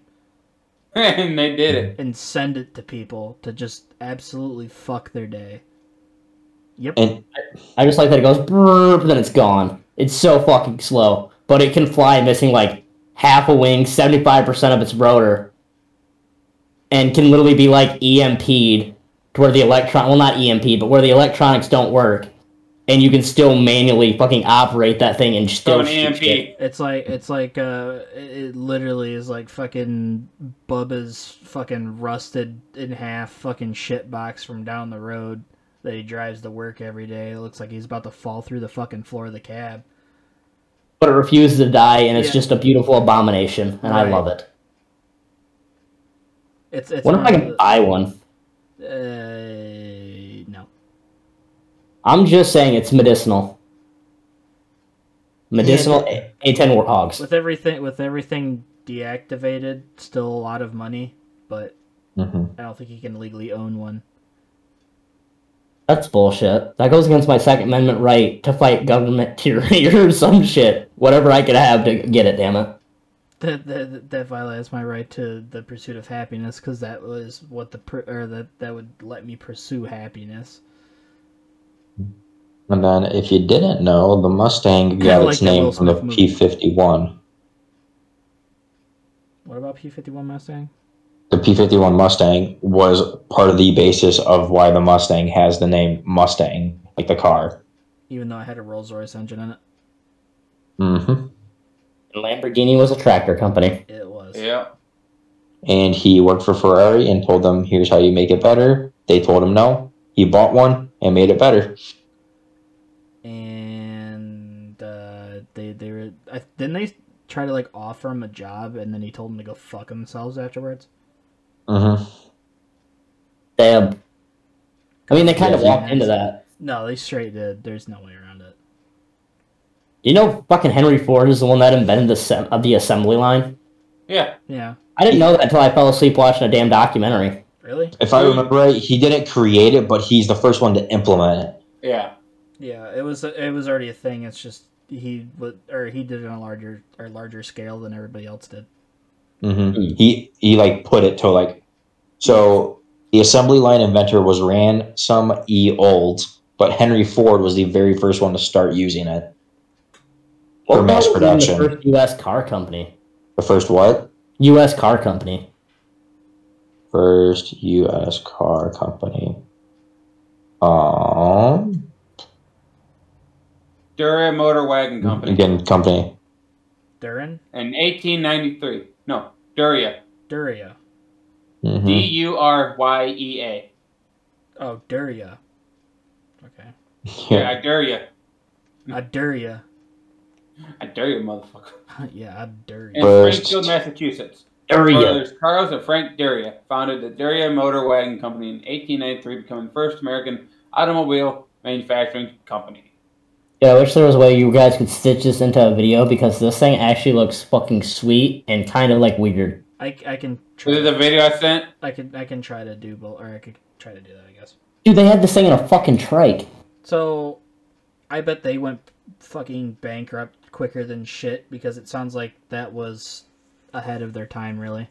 [SPEAKER 3] and they did it.
[SPEAKER 4] and send it to people to just absolutely fuck their day. Yep.
[SPEAKER 1] And
[SPEAKER 2] I just like that it goes brrrr, then it's gone. It's so fucking slow, but it can fly, missing like half a wing, seventy five percent of its rotor, and can literally be like EMP'd to where the electron, well, not EMP, but where the electronics don't work, and you can still manually fucking operate that thing and
[SPEAKER 3] So
[SPEAKER 2] still
[SPEAKER 3] an E
[SPEAKER 2] shoot shit.
[SPEAKER 3] EMP.
[SPEAKER 4] It's like it's like uh it it literally is like fucking Bubba's fucking rusted in half fucking shit box from down the road that he drives to work every day. It looks like he's about to fall through the fucking floor of the cab.
[SPEAKER 2] But it refuses to die, and it's
[SPEAKER 4] Yeah.
[SPEAKER 2] just a beautiful abomination, and I
[SPEAKER 4] Right.
[SPEAKER 2] love it.
[SPEAKER 4] It's it's
[SPEAKER 2] Wonder if
[SPEAKER 4] one
[SPEAKER 2] I
[SPEAKER 4] of
[SPEAKER 2] can buy one.
[SPEAKER 4] the, uh, no.
[SPEAKER 2] I'm just saying it's medicinal. Medicinal A- A10 warthogs.
[SPEAKER 4] With everything with everything deactivated, still a lot of money, but
[SPEAKER 1] Mhm.
[SPEAKER 4] I don't think he can legally own one.
[SPEAKER 2] That's bullshit. That goes against my Second Amendment right to fight government tyranny or some shit. Whatever I could have to get it, damn it.
[SPEAKER 4] That, that, that violates my right to the pursuit of happiness because that was what the pr- or that that would let me pursue happiness.
[SPEAKER 1] and then, if you didn't know, the Mustang got
[SPEAKER 4] like
[SPEAKER 1] its
[SPEAKER 4] that Will
[SPEAKER 1] name from the
[SPEAKER 4] Smith movie.
[SPEAKER 1] P51.
[SPEAKER 4] What about P fifty one Mustang?
[SPEAKER 1] The P51 Mustang was part of the basis of why the Mustang has the name Mustang, like the car.
[SPEAKER 4] Even though I had a Rolls Royce engine in it,
[SPEAKER 1] hmm
[SPEAKER 2] And Lamborghini was a tractor company.
[SPEAKER 4] it was.
[SPEAKER 3] Yeah.
[SPEAKER 1] And he worked for Ferrari and told them, "Here's how you make it better." They told him no. He bought one and made it better.
[SPEAKER 4] And uh, they they were I, didn't they try to like offer him a job and then he told them to go fuck themselves afterwards.
[SPEAKER 1] hmm
[SPEAKER 2] Damn. I mean, they kind of
[SPEAKER 1] Yeah,
[SPEAKER 2] walked into that.
[SPEAKER 4] No, they straight did. There's no way around it.
[SPEAKER 2] You know, fucking Henry Ford is the one that invented the sem- of the assembly line.
[SPEAKER 3] Yeah.
[SPEAKER 4] Yeah,
[SPEAKER 2] I didn't know that until I fell asleep watching a damn documentary.
[SPEAKER 4] really?
[SPEAKER 1] If I remember right, he didn't create it, but he's the first one to implement it.
[SPEAKER 3] Yeah.
[SPEAKER 4] Yeah, it was it was already a thing. It's just he would or he did it on a larger or larger scale than everybody else did.
[SPEAKER 1] hmm
[SPEAKER 2] Mm-hmm.
[SPEAKER 1] He he like put it to like so the assembly line inventor was Ransom E. Olds, but Henry Ford was the very first one to start using it
[SPEAKER 2] Well,
[SPEAKER 1] for mass
[SPEAKER 2] that was even
[SPEAKER 1] production.
[SPEAKER 2] The first U.S. car company.
[SPEAKER 1] the first what?
[SPEAKER 2] U.S. car company.
[SPEAKER 1] First U.S. car company. Um,
[SPEAKER 3] Dura Motor Wagon Company
[SPEAKER 1] again, company.
[SPEAKER 4] Durin?
[SPEAKER 3] in 1893. No, Duria.
[SPEAKER 4] Duria.
[SPEAKER 1] Mhm.
[SPEAKER 3] D U R Y E A.
[SPEAKER 4] Oh, Duria. Okay.
[SPEAKER 1] Yeah.
[SPEAKER 3] Yeah, I dare you.
[SPEAKER 4] A Duria.
[SPEAKER 3] I dare you, motherfucker.
[SPEAKER 4] yeah, a Duria.
[SPEAKER 3] In
[SPEAKER 1] First.
[SPEAKER 3] Springfield, Massachusetts.
[SPEAKER 2] Duria.
[SPEAKER 3] Brothers Carlos and Frank Doria founded the Doria Motor Wagon Company in 1893, becoming the first American automobile manufacturing company.
[SPEAKER 2] Yeah, I wish there was a way you guys could stitch this into a video because this thing actually looks fucking sweet and kind of like weird.
[SPEAKER 4] I, I can try.
[SPEAKER 3] This is a video I sent.
[SPEAKER 4] I can I can try to do both, or I could try to do that. I guess.
[SPEAKER 2] Dude, they had this thing in a fucking trike.
[SPEAKER 4] So, I bet they went fucking bankrupt quicker than shit because it sounds like that was ahead of their time, really.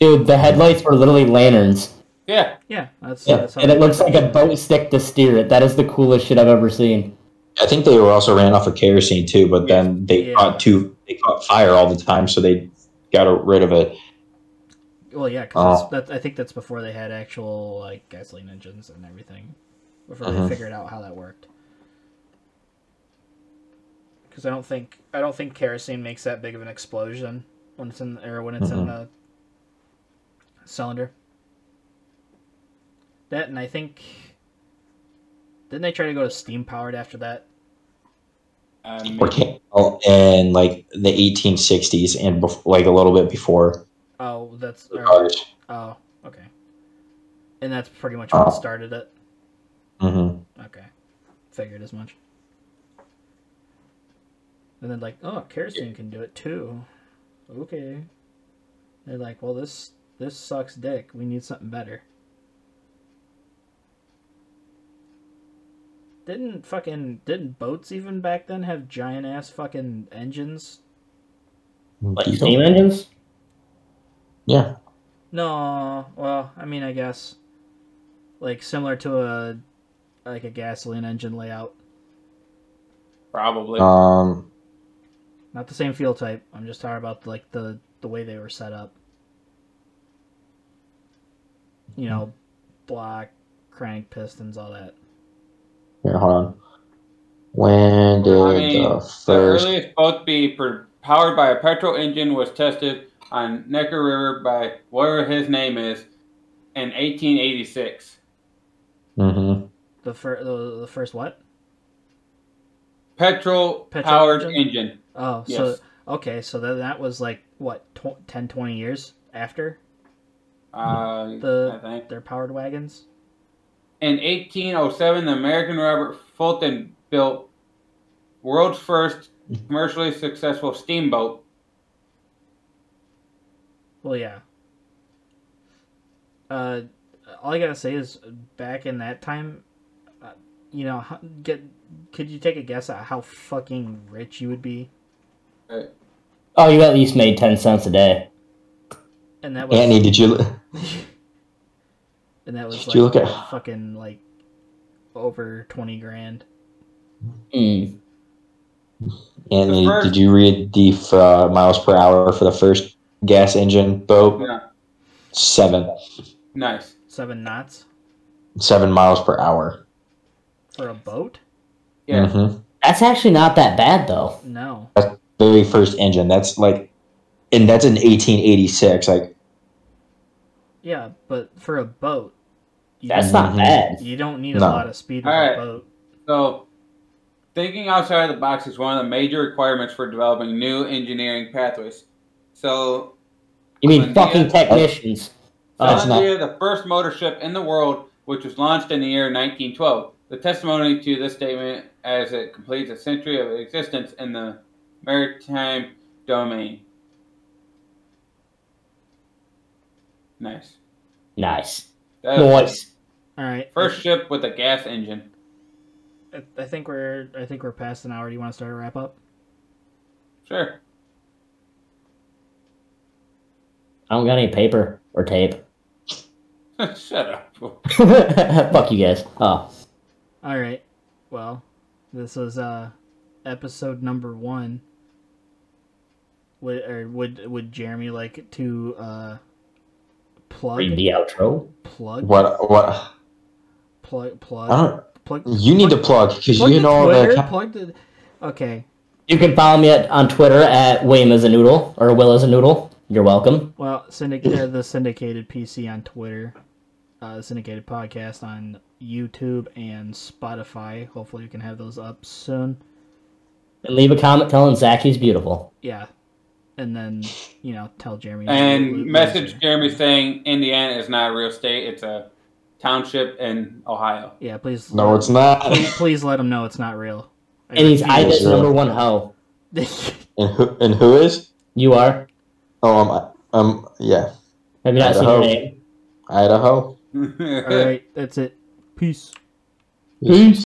[SPEAKER 2] Dude, the headlights were literally lanterns.
[SPEAKER 3] Yeah,
[SPEAKER 4] Yeah, that's
[SPEAKER 2] Yeah,
[SPEAKER 4] that's how
[SPEAKER 2] and it looks like a boat stick to steer it. That is the coolest shit I've ever seen.
[SPEAKER 1] I think they were also ran off of kerosene too, but then they
[SPEAKER 4] Yeah.
[SPEAKER 1] caught two. They caught fire all the time, so they got rid of it.
[SPEAKER 4] Well, yeah, because
[SPEAKER 1] Oh.
[SPEAKER 4] that I think that's before they had actual like gasoline engines and everything, before
[SPEAKER 1] Mhm.
[SPEAKER 4] they figured out how that worked. Because I don't think I don't think kerosene makes that big of an explosion when it's in or when it's in a cylinder. That and I think didn't they try to go to steam powered after that?
[SPEAKER 3] um,
[SPEAKER 1] Or can- oh, in like the 1860s and bef- like a little bit before
[SPEAKER 4] Oh, that's
[SPEAKER 1] the
[SPEAKER 4] or-
[SPEAKER 1] cars.
[SPEAKER 4] oh okay, and that's pretty much what
[SPEAKER 1] Oh.
[SPEAKER 4] started it.
[SPEAKER 1] hmm
[SPEAKER 4] Okay. Figured as much. And then like, oh, kerosene can do it too. Okay. They're like, well, this this sucks dick. We need something better. Didn't fucking didn't boats even back then have giant ass fucking engines?
[SPEAKER 2] Like
[SPEAKER 1] Diesel?
[SPEAKER 2] steam engines?
[SPEAKER 1] Yeah,
[SPEAKER 4] No, well, I mean, I guess like similar to a like a gasoline engine layout,
[SPEAKER 3] probably.
[SPEAKER 1] um,
[SPEAKER 4] not the same fuel type. I'm just talking about like the the way they were set up. You know, block, crank, pistons, all that.
[SPEAKER 1] here, hold on. When did
[SPEAKER 3] I mean,
[SPEAKER 1] the
[SPEAKER 3] the
[SPEAKER 1] first?
[SPEAKER 3] earliest boat to be pr- powered by a petrol engine was tested on Necker River by whatever his name is in 1886.
[SPEAKER 1] Mhm.
[SPEAKER 4] The first the, the first what?
[SPEAKER 3] Petrol
[SPEAKER 4] Petrol
[SPEAKER 3] powered
[SPEAKER 4] engine?
[SPEAKER 3] engine.
[SPEAKER 4] Oh,
[SPEAKER 3] Yes.
[SPEAKER 4] so okay, so then that was like what tw- 10 20 years after
[SPEAKER 3] Uh,
[SPEAKER 4] The-
[SPEAKER 3] I think.
[SPEAKER 4] their powered wagons.
[SPEAKER 3] In 1807, the American Robert Fulton built world's first commercially successful steamboat.
[SPEAKER 4] Well, yeah. Uh, all I gotta say is, back in that time, uh, you know, how- get could you take a guess at how fucking rich you would be?
[SPEAKER 2] Oh, you at least made 10 cents a day.
[SPEAKER 4] And that was
[SPEAKER 1] Annie, did you?
[SPEAKER 4] and that was
[SPEAKER 1] Did you
[SPEAKER 4] like
[SPEAKER 1] look at-
[SPEAKER 4] fucking like over twenty grand.
[SPEAKER 2] Mm.
[SPEAKER 1] Annie,
[SPEAKER 3] first-
[SPEAKER 1] did you read the uh, miles per hour for the first gas engine boat?
[SPEAKER 3] Yeah.
[SPEAKER 1] Seven,
[SPEAKER 3] Nice.
[SPEAKER 4] Seven knots
[SPEAKER 1] seven miles per hour.
[SPEAKER 4] for a boat?
[SPEAKER 3] Yeah.
[SPEAKER 1] Mhm.
[SPEAKER 2] That's actually not that bad, though.
[SPEAKER 4] No.
[SPEAKER 1] very first engine. That's like, and that's in 1886. Like,
[SPEAKER 4] Yeah, but for a boat, you
[SPEAKER 2] That's
[SPEAKER 4] don't,
[SPEAKER 1] Mhm.
[SPEAKER 2] not bad.
[SPEAKER 4] you don't need a
[SPEAKER 1] No.
[SPEAKER 4] lot of speed with
[SPEAKER 3] Alright.
[SPEAKER 4] a boat.
[SPEAKER 3] So, thinking outside of the box is one of the major requirements for developing new engineering pathways. So,
[SPEAKER 2] You mean fucking
[SPEAKER 3] Yeah.
[SPEAKER 2] technicians.
[SPEAKER 1] That's not-
[SPEAKER 3] Alexandria, the first motor ship in the world, which was launched in the year 1912. The testimony to this statement as it completes a century of existence in the maritime domain. Nice.
[SPEAKER 2] Nice.
[SPEAKER 3] That is
[SPEAKER 2] Nice.
[SPEAKER 4] All right.
[SPEAKER 3] First ship with a gas engine.
[SPEAKER 4] I, I think we're I think we're past an hour. Do you want to start a wrap up?
[SPEAKER 3] Sure.
[SPEAKER 2] I don't got any paper or tape.
[SPEAKER 3] Shut up.
[SPEAKER 2] Fuck you guys. Oh.
[SPEAKER 4] All right. Well, this was uh episode number 1. Would or would would Jeremy like to uh plug
[SPEAKER 2] Read the outro.
[SPEAKER 4] plug
[SPEAKER 1] What? What?
[SPEAKER 4] plug
[SPEAKER 1] I
[SPEAKER 4] plug
[SPEAKER 1] don't.
[SPEAKER 4] plug
[SPEAKER 1] You need to plug because you know all
[SPEAKER 4] Twitter,
[SPEAKER 1] the.
[SPEAKER 4] plug the Okay.
[SPEAKER 2] You can follow me at, on Twitter at William is a noodle or Will is a noodle. You're welcome.
[SPEAKER 4] Well, syndic- uh, the syndicated PC on Twitter, uh, the syndicated podcast on YouTube and Spotify. Hopefully, we can have those up soon.
[SPEAKER 2] And leave a comment telling Zach he's beautiful.
[SPEAKER 4] Yeah, and then you know, tell Jeremy
[SPEAKER 3] And
[SPEAKER 4] Lo-
[SPEAKER 3] message
[SPEAKER 4] loser.
[SPEAKER 3] Jeremy saying Indiana is not a real state; it's a township in Ohio.
[SPEAKER 4] Yeah, please.
[SPEAKER 1] No, it's not.
[SPEAKER 4] Please, please let him know it's not real. I
[SPEAKER 2] And he's
[SPEAKER 4] refuse.
[SPEAKER 2] Ida's
[SPEAKER 1] sure.
[SPEAKER 2] number one hoe.
[SPEAKER 1] And who? And who is?
[SPEAKER 2] You are.
[SPEAKER 1] Oh, um, um, yeah,
[SPEAKER 2] Have you not
[SPEAKER 1] Ida
[SPEAKER 2] seen
[SPEAKER 1] hoe.
[SPEAKER 2] your name?
[SPEAKER 1] Idaho.
[SPEAKER 4] All right, that's it. Peace.
[SPEAKER 2] Peace.